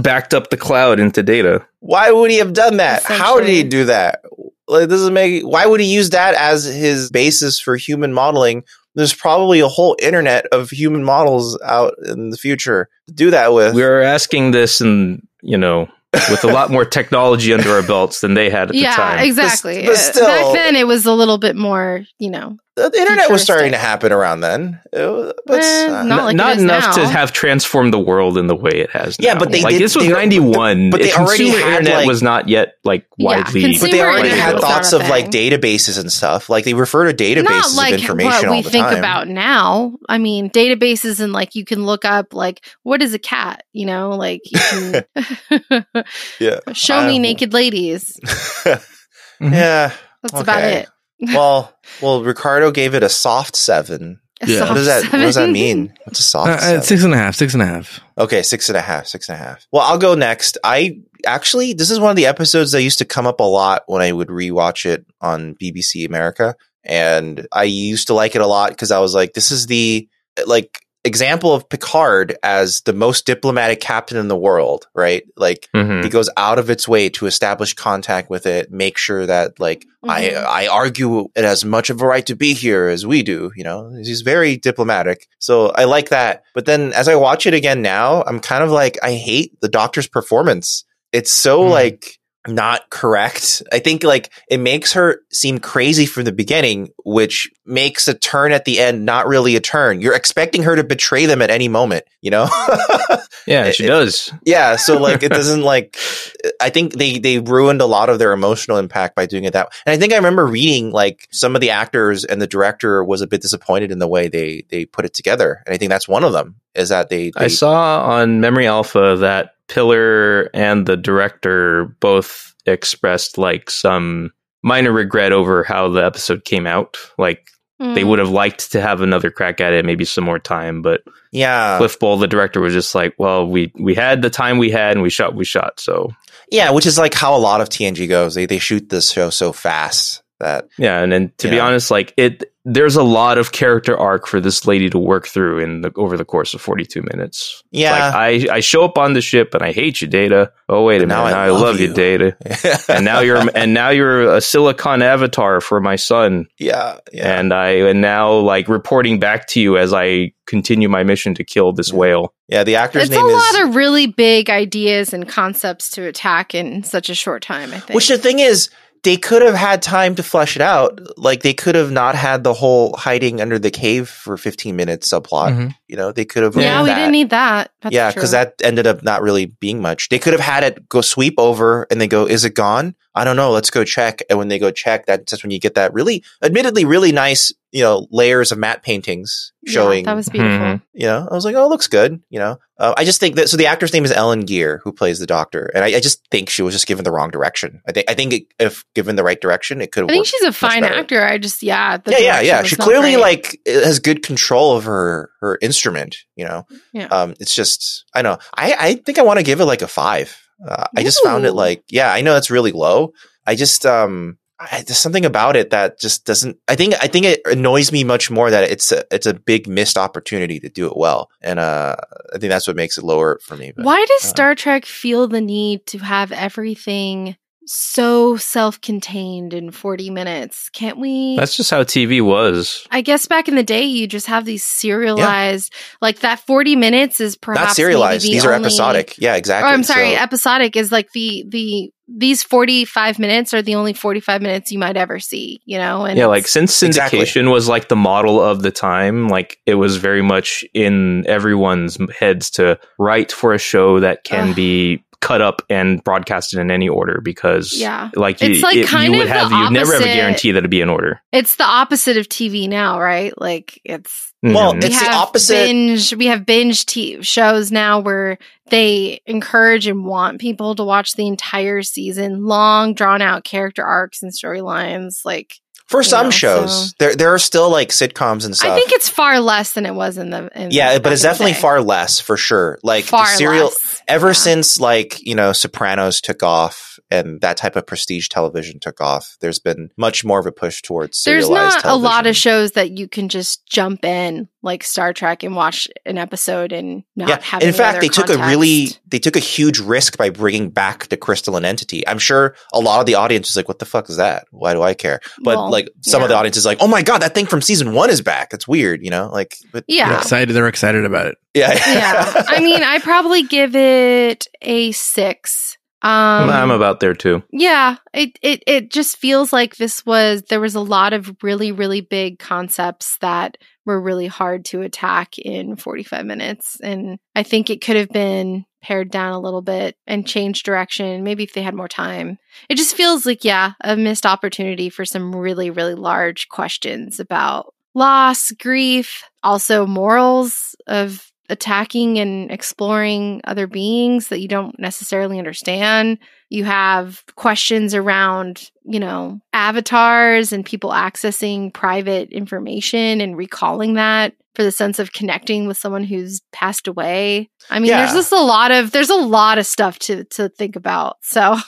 backed up the cloud into data. why would he have done that? How did he Essentially. do that? Like this is making. Why would he use that as his basis for human modeling? There's probably a whole internet of human models out in the future to do that with. We are asking this, and you know, with a lot more technology under our belts than they had at yeah, the time. exactly. But s- but Uh, still- Back then, it was a little bit more, you know, the internet was starting to futuristic. happen around then. It was- but, Eh, uh, not like it not is enough now. to have transformed the world in the way it has. Yeah, now. but they like did- this was they- ninety one. but they already consumer had, internet like- was not yet like Yeah, widely. consumer but they already Right. had It's thoughts not of a like thing. databases and stuff. Like they refer to databases not like of information what we all the think time. about now. I mean, databases and like you can look up like what is a cat, you know, like you can Yeah, um, show I- me naked ladies. Mm-hmm. yeah. That's about Okay. it. Well, well, Ricardo gave it a soft seven. A Yeah. soft What does that What does that seven. mean? What's a soft Uh, uh, seven? six and a half, six and a half. Okay, six and a half, six and a half. Well, I'll go next. I actually, this is one of the episodes that used to come up a lot when I would rewatch it on BBC America. And I used to like it a lot because I was like, this is the like example of Picard as the most diplomatic captain in the world, right? Like Mhm. it goes out of its way to establish contact with it, make sure that like Mhm. I uh, I argue it has much of a right to be here as we do. You know, he's very diplomatic, so I like that. But then as I watch it again now, I'm kind of like I hate the Doctor's performance. It's so Hmm. like not correct. I think like it makes her seem crazy from the beginning, which makes a turn at the end not really a turn. You're expecting her to betray them at any moment, you know? Yeah, she it- does. Yeah, so like it doesn't like I think they they ruined a lot of their emotional impact by doing it that. And I think I remember reading like some of the actors and the director was a bit disappointed in the way they they put it together. And I think that's one of them is that they, they I saw on Memory Alpha that Pillar and the director both expressed like some minor regret over how the episode came out. Like they Mm. would have liked to have another crack at it, maybe some more time, but yeah Cliff Bowl, the director, was just like, "Well, we we had the time we had, and we shot, we shot." So yeah, which is like how a lot of TNG goes. They they shoot this show so fast that yeah, and then to be Yeah. honest, like it, there's a lot of character arc for this lady to work through in the over the course of 42 minutes. yeah. Like I I show up on the ship and I hate you, Data. Oh wait a But now minute, I now I love love you, you. Data. uh, and now you're and now you're a silicon avatar for my son yeah yeah and i and now like reporting back to you as i continue my mission to kill this whale yeah. The actor's It's a name is lot of really big ideas and concepts to attack in such a short time, I think. Which the thing is, they could have had time to flesh it out. Like they could have not had the whole hiding under the cave for 15 minutes subplot. Mhm. You know, they could have. yeah, removed we that. didn't need that. That's yeah, true. because that ended up not really being much. They could have had it go sweep over and they go, "Is it gone? I don't know. Let's go check." And when they go check, that- that's when you get that really, admittedly, really nice, you know, layers of matte paintings Yeah, showing that was beautiful. Mhm. you know, I was like, oh, it looks good. You know, uh, I just think that. So the actor's name is Ellen Gear, who plays the Doctor, and I, I just think she was just given the wrong direction. I think I think it, if given the right direction, it could. I think she's a fine better. actor. I just yeah, the yeah, yeah, direction yeah. was She not clearly great. like has good control of her her instrument. You know, Yeah. Um, it's just I know. I I think I want to give it like a five. Uh, I just found it Ooh. like yeah, I know that's really low. I just um. I, there's something about it that just doesn't. I think. I think it annoys me much more that it's a it's a big missed opportunity to do it well, and uh, I think that's what makes it lower for me. But, Why does uh, Star Trek feel the need to have everything so self-contained in 40 minutes? Can't we that's just how tv was I guess back in the day you just have these serialized like that 40 minutes is perhaps Not serialized. maybe the These are only- episodic. Yeah, exactly. Oh, I'm sorry. So- Episodic is like the the these 45 minutes are the only 45 minutes you might ever see, you know? And yeah it's- like since syndication Exactly. was like the model of the time like it was very much in everyone's heads to write for a show that can Ugh. be cut up and broadcasted in any order because yeah. like you, It's, like, it- kind you would of the have you never have a opposite. guarantee that it'd be in order It's the opposite of TV now, right? Like it's Well, Mhm. it- It's the opposite- Binge, we have binge t- shows now where they encourage and want people to watch the entire season, long drawn out character arcs and storylines. Like for you some know, shows, so- there there are still like sitcoms and stuff. I think it's far less than it was in the in yeah, back but it's in the definitely day. far less for sure. Like the far serial, less. ever Yeah. since like you know sopranos took off and that type of prestige television took off there's been much more of a push towards There's serialized not a television. lot of shows that you can just jump in like Star Trek and watch an episode and not have. in any fact other they took a really context. they took a huge risk by bringing back the crystalline entity i'm sure a lot of the audience is like what the fuck is that why do i care but Well, like some of the yeah. audience is like oh my god that thing from season one is back that's weird you know like but Yeah. They're excited. They're excited about it. yeah yeah, I mean, I probably give it a six. Um, I'm, I'm about there too. Yeah, it, it it just feels like this was there was a lot of really really big concepts that were really hard to attack in 45 minutes and I think it could have been pared down a little bit and changed direction maybe if they had more time. It just feels like yeah, a missed opportunity for some really really large questions about loss, grief, also morals of attacking and exploring other beings that you don't necessarily understand you have questions around you know avatars and people accessing private information and recalling that for the sense of connecting with someone who's passed away i mean there's Yeah. just a lot of there's a lot of stuff to to think about so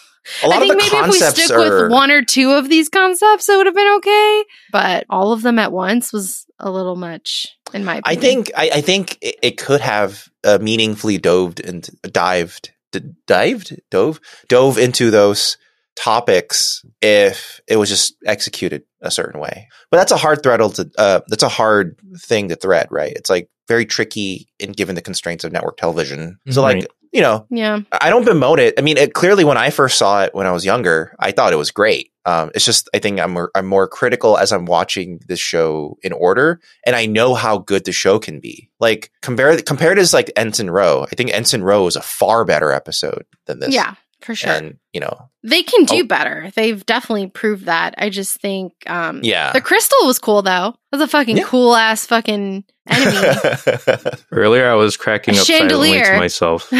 a lot i think of the maybe if we concepts stick are with one or two of these concepts it would have been okay but all of them at once was a little much in my I opinion think I, I think it, it could have uh, meaningfully doved and dived, d- dived, dove, dove into those topics if it was just executed a certain way. But that's a hard thread to uh, that's a hard thing to thread, right? It's like very tricky in given the constraints of network television. So like Right. you know, yeah I don't bemoan it. I mean, it, clearly when I first saw it when I was younger, I thought it was great. Um, it's just I think I'm more, I'm more critical as I'm watching this show in order, and I know how good the show can be. Like compare compared to like Ensign Row, I think Ensign Row is a far better episode than this. yeah for sure and you know, they can do Oh. better they've definitely proved that i just think um yeah, The crystal was cool though. That was a fucking Yeah. cool ass fucking enemy. Earlier, I was cracking A up silently to chandelier. myself.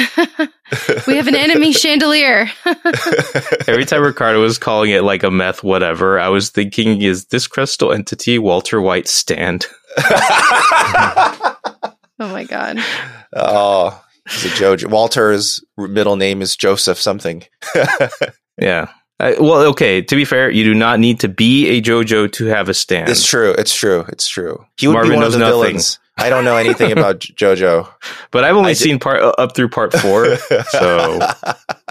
we have an enemy chandelier. Every time Ricardo was calling it like a meth whatever, I was thinking, is this crystal entity Walter White stand? oh my god. oh, he's a Jojo. Walter's middle name is Joseph something. Yeah. I, well, okay. To be fair, you do not need to be a JoJo to have a stand. It's true. It's true. It's true. He would Marvin be one of knows the nothing. villains. I don't know anything about Jo- JoJo. But I've only I did- seen part up through part four, so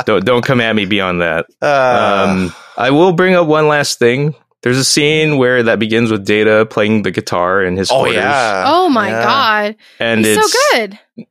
don't don't come at me beyond that. Uh, Um, I will bring up one last thing. There's a scene where that begins with Data playing the guitar in his oh quarters, yeah. oh my Yeah. god. and He's it's so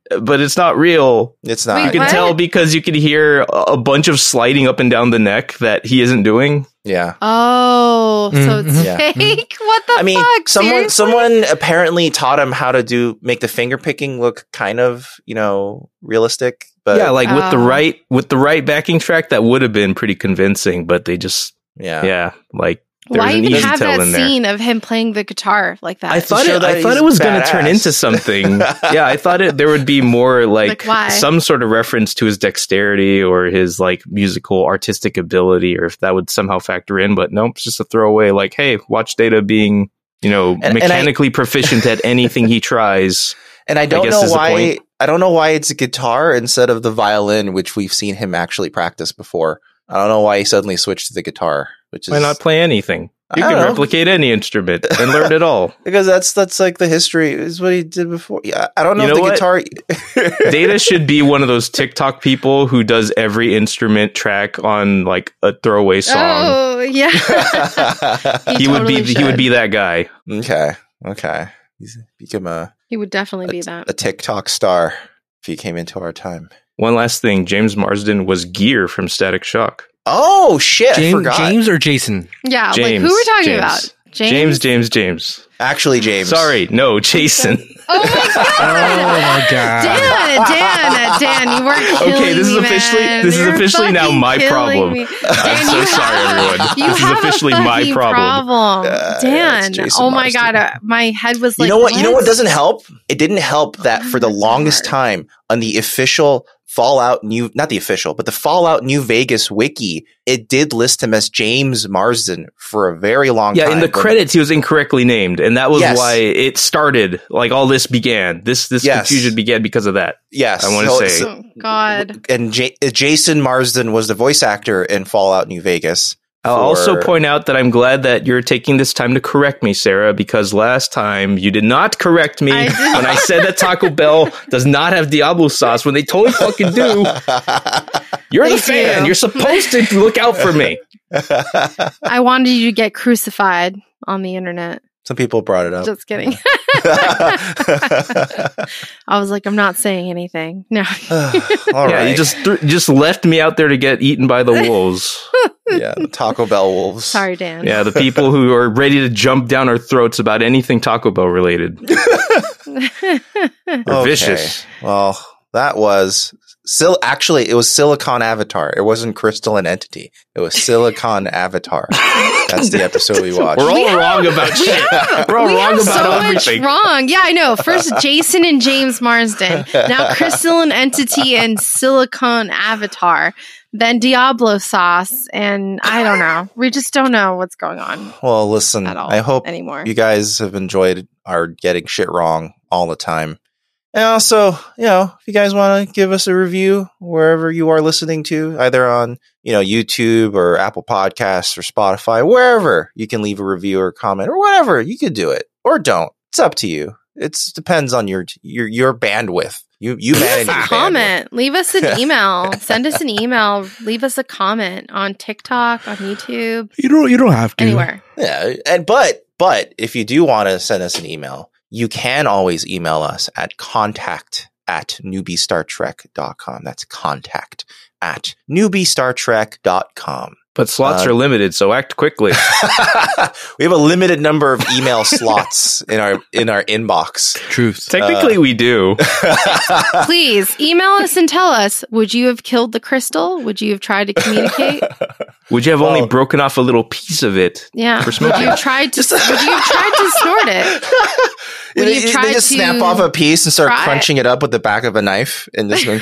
good. but it's not real. It's Wait, not. You can What? tell because you can hear a- a bunch of sliding up and down the neck that he isn't doing. Yeah. Oh, so Mhm. it's Yeah. fake. What the I mean, fuck? someone Seriously? someone apparently taught him how to do make the finger picking look kind of you know realistic, but yeah, like with the Oh. right with the right backing track, that would have been pretty convincing. But they just yeah. yeah, like there Why was an even easy have tell that in there. scene of him playing the guitar like that? I thought show it, that I thought he's it was going to turn badass. into something. yeah, I thought it there would be more like, Like, why? some sort of reference to his dexterity or his like musical artistic ability, or if that would somehow factor in. But nope, it's just a throwaway. Like, hey, watch Data being you know and I- mechanically proficient at anything he tries. And I don't guess know is the why point. I don't know why it's a guitar instead of the violin, which we've seen him actually practice before. I don't know why he suddenly switched to the guitar, which is Why not play anything? You I can don't know. replicate any instrument and learn it all. because that's that's like the history is what he did before. Yeah, I don't know You if the know what? guitar. Data should be one of those TikTok people who does every instrument track on like a throwaway song. Oh yeah. okay, He he would be totally he would should. be that guy. okay. He's become a, He would definitely be that. a TikTok star if he came into our time. One last thing, James Marsden was Gear from Static Shock. Oh shit! I James, forgot. James or Jason? Yeah, like James, who we're talking James. about? James, James, James. Actually, James. Sorry, no, Jason. Oh my god. Oh my god! Dan, Dan, Dan, you were killing Oh, Okay, this is me, officially- man. this is You were officially now fucking my killing problem. me. I'm Dan, so you sorry, have a- everyone. you This is have a officially my fucking problem. Uh, yeah, Dan, it's Jason oh my Marsden. god, uh, my head was like. you know what? You know what doesn't help? It didn't help that for the Oh my longest God. time on the official Fallout New, not the official, but the Fallout New Vegas wiki, it did list him as James Marsden for a very long yeah, time. in the When- credits, he was incorrectly named, and that was Yes. why it started. Like all this began. This this Yes. confusion began because of that. Yes. I wanna say- Oh, God. and J- uh, Jason Marsden was the voice actor in Fallout New Vegas. I'll for- also point out that I'm glad that you're taking this time to correct me, Sarah, because last time you did not correct me I did. when I said that Taco Bell does not have Diablo sauce when they totally fucking do. You're They the fan. do. You're supposed to look out for me. I wanted you to get crucified on the internet. Some people brought it up. Just kidding. I was like, I'm not saying anything. No. All yeah, right. you just th- just left me out there to get eaten by the wolves. yeah, the Taco Bell wolves. Sorry, Dan. yeah, the people who are ready to jump down our throats about anything Taco Bell related. They're Okay. vicious. Well, that was sil- actually it was Silicon Avatar. It wasn't Crystalline Entity. It was Silicon Avatar. That's the episode we watched. We're all We have- wrong about shit. We're all we wrong have about so everything. much wrong. Yeah, I know. First, Jason and James Marsden. Now, crystalline entity and silicone avatar. Then Diablo sauce, and I don't know. We just don't know what's going on well, Mm, listen, at all. I hope anymore. you guys have enjoyed our getting shit wrong all the time. And also, you know, if you guys want to give us a review wherever you are listening to, either on, you know, YouTube or Apple Podcasts or Spotify, wherever you can leave a review or comment or whatever, you could do it or don't. It's up to you. It depends on your your your bandwidth. You you manage leave your bandwidth. us a comment. Leave us an email. Send us an email. Leave us a comment on TikTok, on YouTube, You don't. You don't have to. anywhere. Yeah, and but but if you do want to send us an email, you can always email us at contact at newbiestartrek.com. That's contact at newbiestartrek.com. But slots Uh, are limited, so act quickly. we have a limited number of email slots in our in our inbox. Truth. Technically, we do. Please email us and tell us: Would you have killed the crystal? Would you have tried to communicate? Would you have Well- only broken off a little piece of it? Yeah. For smoking. Would you have tried to? would you have tried to snort it? Would They- you they try just to snap off a piece and start fry it? crunching it up with the back of a knife and just going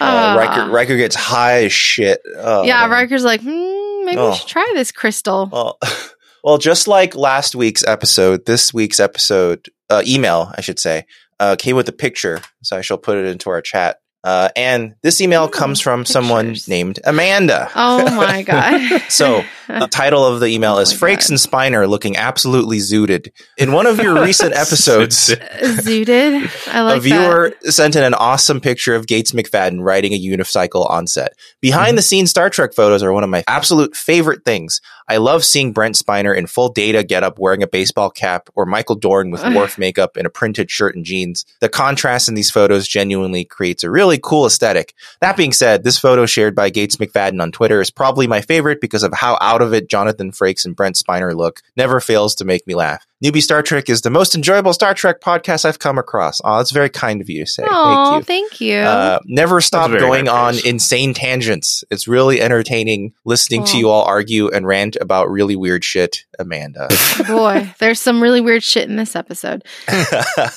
Uh, uh, Riker, Riker gets high as shit. Oh, Ah. yeah, man. Riker's like, hmm, maybe Oh. we should try this crystal. Well, well, just like last week's episode, this week's episode uh, email, I should say, uh, came with a picture, so I shall put it into our chat. Uh, and this email Mm, comes from someone pictures. named Amanda. Oh my god! So the title of the email Oh is my Frakes God. and Spiner looking absolutely zooted. In one of your recent episodes, zooted. I like a viewer sent in an awesome picture of Gates McFadden riding a unicycle on set. Behind the Mm-hmm. scenes Star Trek photos are one of my absolute favorite things. I love seeing Brent Spiner in full data getup wearing a baseball cap or Michael Dorn with wharf makeup and a printed shirt and jeans. The contrast in these photos genuinely creates a really cool aesthetic. That being said, this photo shared by Gates McFadden on Twitter is probably my favorite because of how out of it Jonathan Frakes and Brent Spiner look. Never fails to make me laugh. Newbie Star Trek is the most enjoyable Star Trek podcast I've come across. Oh, that's very kind of you to say. that. Oh, Thank you. thank you. Uh, never stop very going high on praise. insane tangents. It's really entertaining listening to Aw. you all argue and rant about really weird shit, Amanda. Boy, there's some really weird shit in this episode.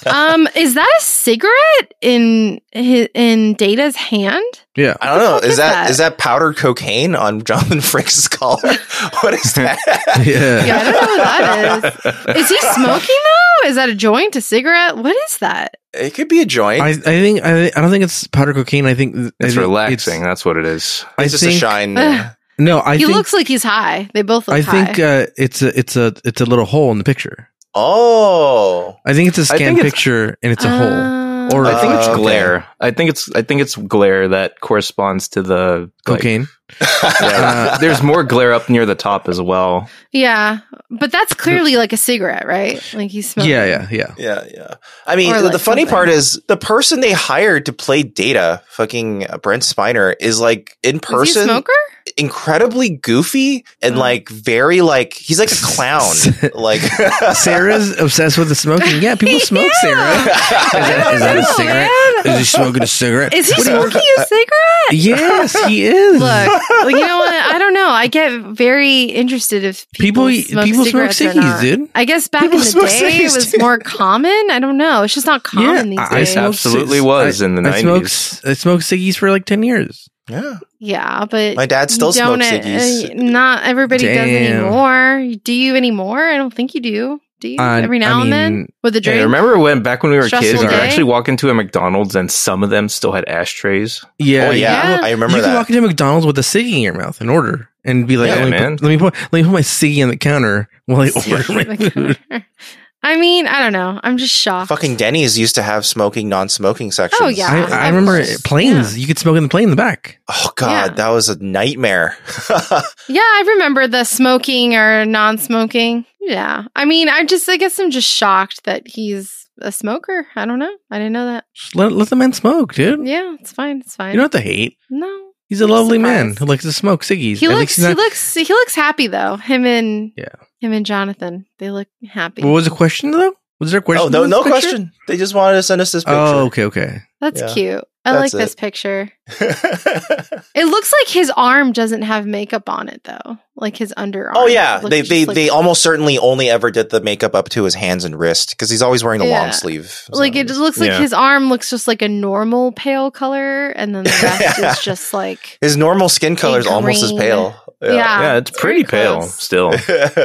Um, is that a cigarette in hi- in Data's hand? Yeah. I don't know. fuck Is is that that? is that powdered cocaine on Jonathan Frakes' collar? what is that? Yeah. Yeah, I don't know what that is. Is he smoking though? Is that a joint, a cigarette? What is that? It could be a joint. I, I think I, I don't think it's powder cocaine. I think I think It's relaxing. That's what it is. I it's just think a shine. no. I he think looks like he's high. They both look I high. think uh, it's a it's a it's a little hole in the picture. oh, I think it's a I scan think it's- picture and it's a hole. Uh, Or- I think Uh, it's okay. glare. I think it's I think it's glare that corresponds to the like, Cocaine. yeah. Uh, There's more glare up near the top as well. Yeah, but that's clearly like a cigarette, right? Like he's smoking. yeah, yeah, yeah. yeah, yeah. I mean, Or, the, like, the funny something. part is the person they hired to play Data, fucking Brent uh, Spiner, is like in Is he Mm. a person. smoker? incredibly goofy and like very like he's like a clown. like Sarah's obsessed with the smoking. Yeah, people smoke, Yeah. Sarah. Is that- is that a No, cigarette? man. Is he smoking a cigarette? Is he What do you- Uh, smoking a cigarette? Yes, he is. Look, well, you know what? I don't know. I get very interested if people, People- smoke people smoke cigarettes or ciggies, not. dude. I guess back People in the smoke day it ciggies, was dude. more common. I don't know. It's just not common Yeah, I these days. It smoked absolutely cigs. was in the I smoked, 90s. s- I smoked ciggies for like 10 years. yeah. yeah, but My dad you still don't- smokes ciggies. uh, Not everybody does Damn. anymore. Do you anymore? I don't think you do. Do you? Uh, Every I now and then mean, with a drink. Hey, remember when back when we were Stressful kids, we would day. actually walk into a McDonald's and some of them still had ashtrays. Yeah. oh yeah, yeah. I You remember can that. walk into McDonald's with a ciggy in your mouth and order and be like, Yeah, let, me man. Put, let me put let me put my ciggy on the counter while I order my food. I mean, I don't know. I'm just shocked. Fucking Denny's used to have smoking, non-smoking sections. Oh, yeah. I, I remember Yeah. planes. You could smoke in the plane in the back. Oh god, Yeah. that was a nightmare. Yeah, I remember the smoking or non-smoking. Yeah, I mean, I just, I guess, I'm just shocked that he's a smoker. I don't know. I didn't know that. Just let, let the man smoke, dude. Yeah, it's fine. It's You fine. don't have to hate. no, He's a I'm lovely man surprised. who likes to smoke ciggies. he At looks, least he's he not- looks, he looks happy though. Him and Yeah. him and Jonathan, they look happy. What was the question though? Was there a question? oh no, in no this picture? question. They just wanted to send us this picture. Oh, okay, okay. That's Yeah. cute. I That's like this it. picture. It looks like his arm doesn't have makeup on it though, like his underarm. oh yeah, looks they just they, like- they almost certainly only ever did the makeup up to his hands and wrist because he's always wearing the Yeah. long sleeve. so- like it just looks like Yeah. his arm looks just like a normal pale color, and then the rest is just like his normal skin color is almost as green. pale. yeah, yeah, it's very pretty pale Ah, close. still.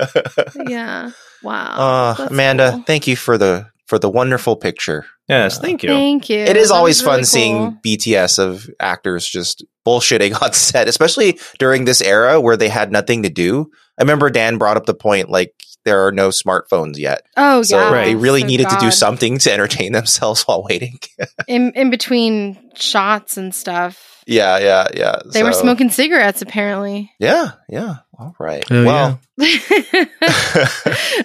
yeah. Wow. uh, Oh, That's Amanda, cool. thank you for the for the wonderful picture. Yes, thank you. Thank you. it is That always was fun really seeing cool. BTS of actors just bullshitting on set, especially during this era where they had nothing to do. I remember Dan brought up the point like there are no smartphones yet, Oh so yeah, they really So needed to do God. something to entertain themselves while waiting. in in between shots and stuff. yeah, yeah, yeah. They were So- smoking cigarettes apparently. Yeah, yeah. All right. Oh, well,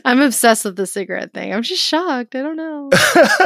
I'm obsessed with the cigarette thing. I'm just shocked. I don't know.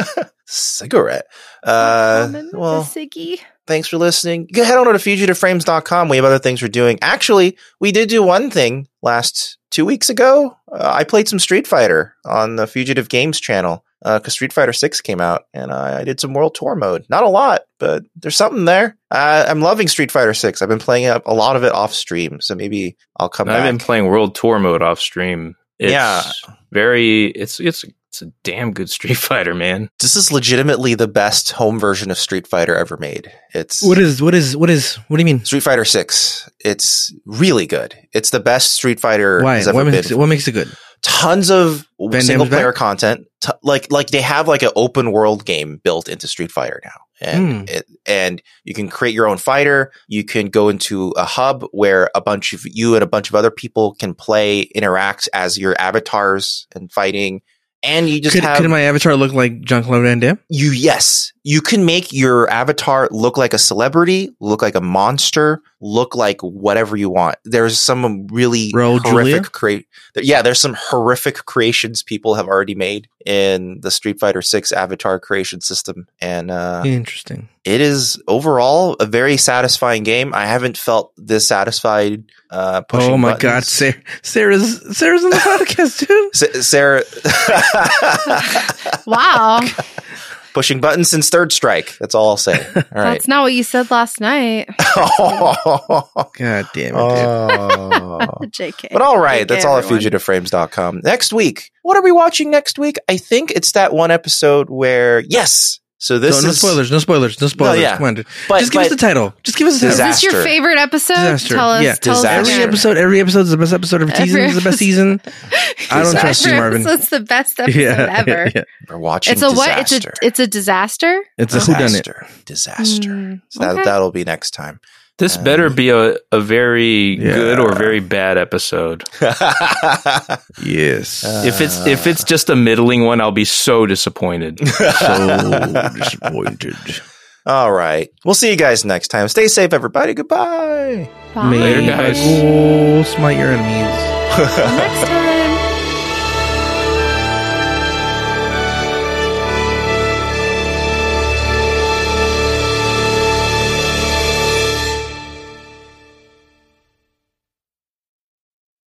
cigarette. Not Uh, common, the well, ciggy. thanks for listening. Go head on over to fugitiveframes.com. We have other things we're doing. Actually, we did do one thing last two weeks ago. Uh, I played some Street Fighter on the Fugitive Games channel because Street Fighter 6 came out and I, I did some World Tour mode. Not a lot, but there's something there. Uh, I'm loving Street Fighter 6. I've been playing a, a lot of it off stream, so maybe I'll come I've been back. playing World Tour mode off stream. It's Yeah. very. It's it's it's a damn good Street Fighter, man. this is legitimately the best home version of Street Fighter ever made. It's What is what is what is what do you mean? Street Fighter 6. It's really good. It's the best Street Fighter Why? has ever What been. makes, it, what makes it good? tons of Damme's single player back? content. T- like like they have like an open world game built into Street Fighter now, and Hmm. it, and you can create your own fighter. You can go into a hub where a bunch of you and a bunch of other people can play, interact as your avatars and fighting. And you just Could, have could my avatar look like Jean-Claude Van Damme? you yes you can make your avatar look like a celebrity look like a monster look like whatever you want there's some really Raul Julia? horrific create yeah there's some horrific creations people have already made in the street fighter 6 avatar creation system and uh, Interesting. it is overall a very satisfying game i haven't felt this satisfied uh pushing Oh my buttons. god, Sarah, Sarah's Sarah's on the podcast, dude. Sa- sarah Wow, pushing buttons since third strike that's all i'll say all right that's not what you said last night. God damn it, Uh, dude. Oh. Jk. But all right, Jk, that's all at everyone. fugitiveframes.com. Next week, what are we watching next week? I think it's that one episode where, yes. So this no, no is spoilers, no spoilers, no spoilers. yeah. Come on, dude. But, Just give us but- the title. Just give us the Is title. this your Disaster. favorite episode? Disaster. Tell us. Yeah. Tell Disaster. us. Every now. episode, every episode is the best episode of a Every season. Is the best episode. season. I don't trust you, Every Marvin. episode's the best episode ever. yeah. we're watching It's a what? It's disaster. a it's a disaster. It's a whodunit. disaster. Disaster. Mm, So that, okay. That'll be next time. This Uh, better be a, a very Yeah. good or very bad episode. Yes. Uh, if it's if it's just a middling one, I'll be so disappointed. so disappointed. all right. We'll see you guys next time. Stay safe, everybody. Goodbye. Bye. Later, May guys. my goal smite your enemies. Till next time.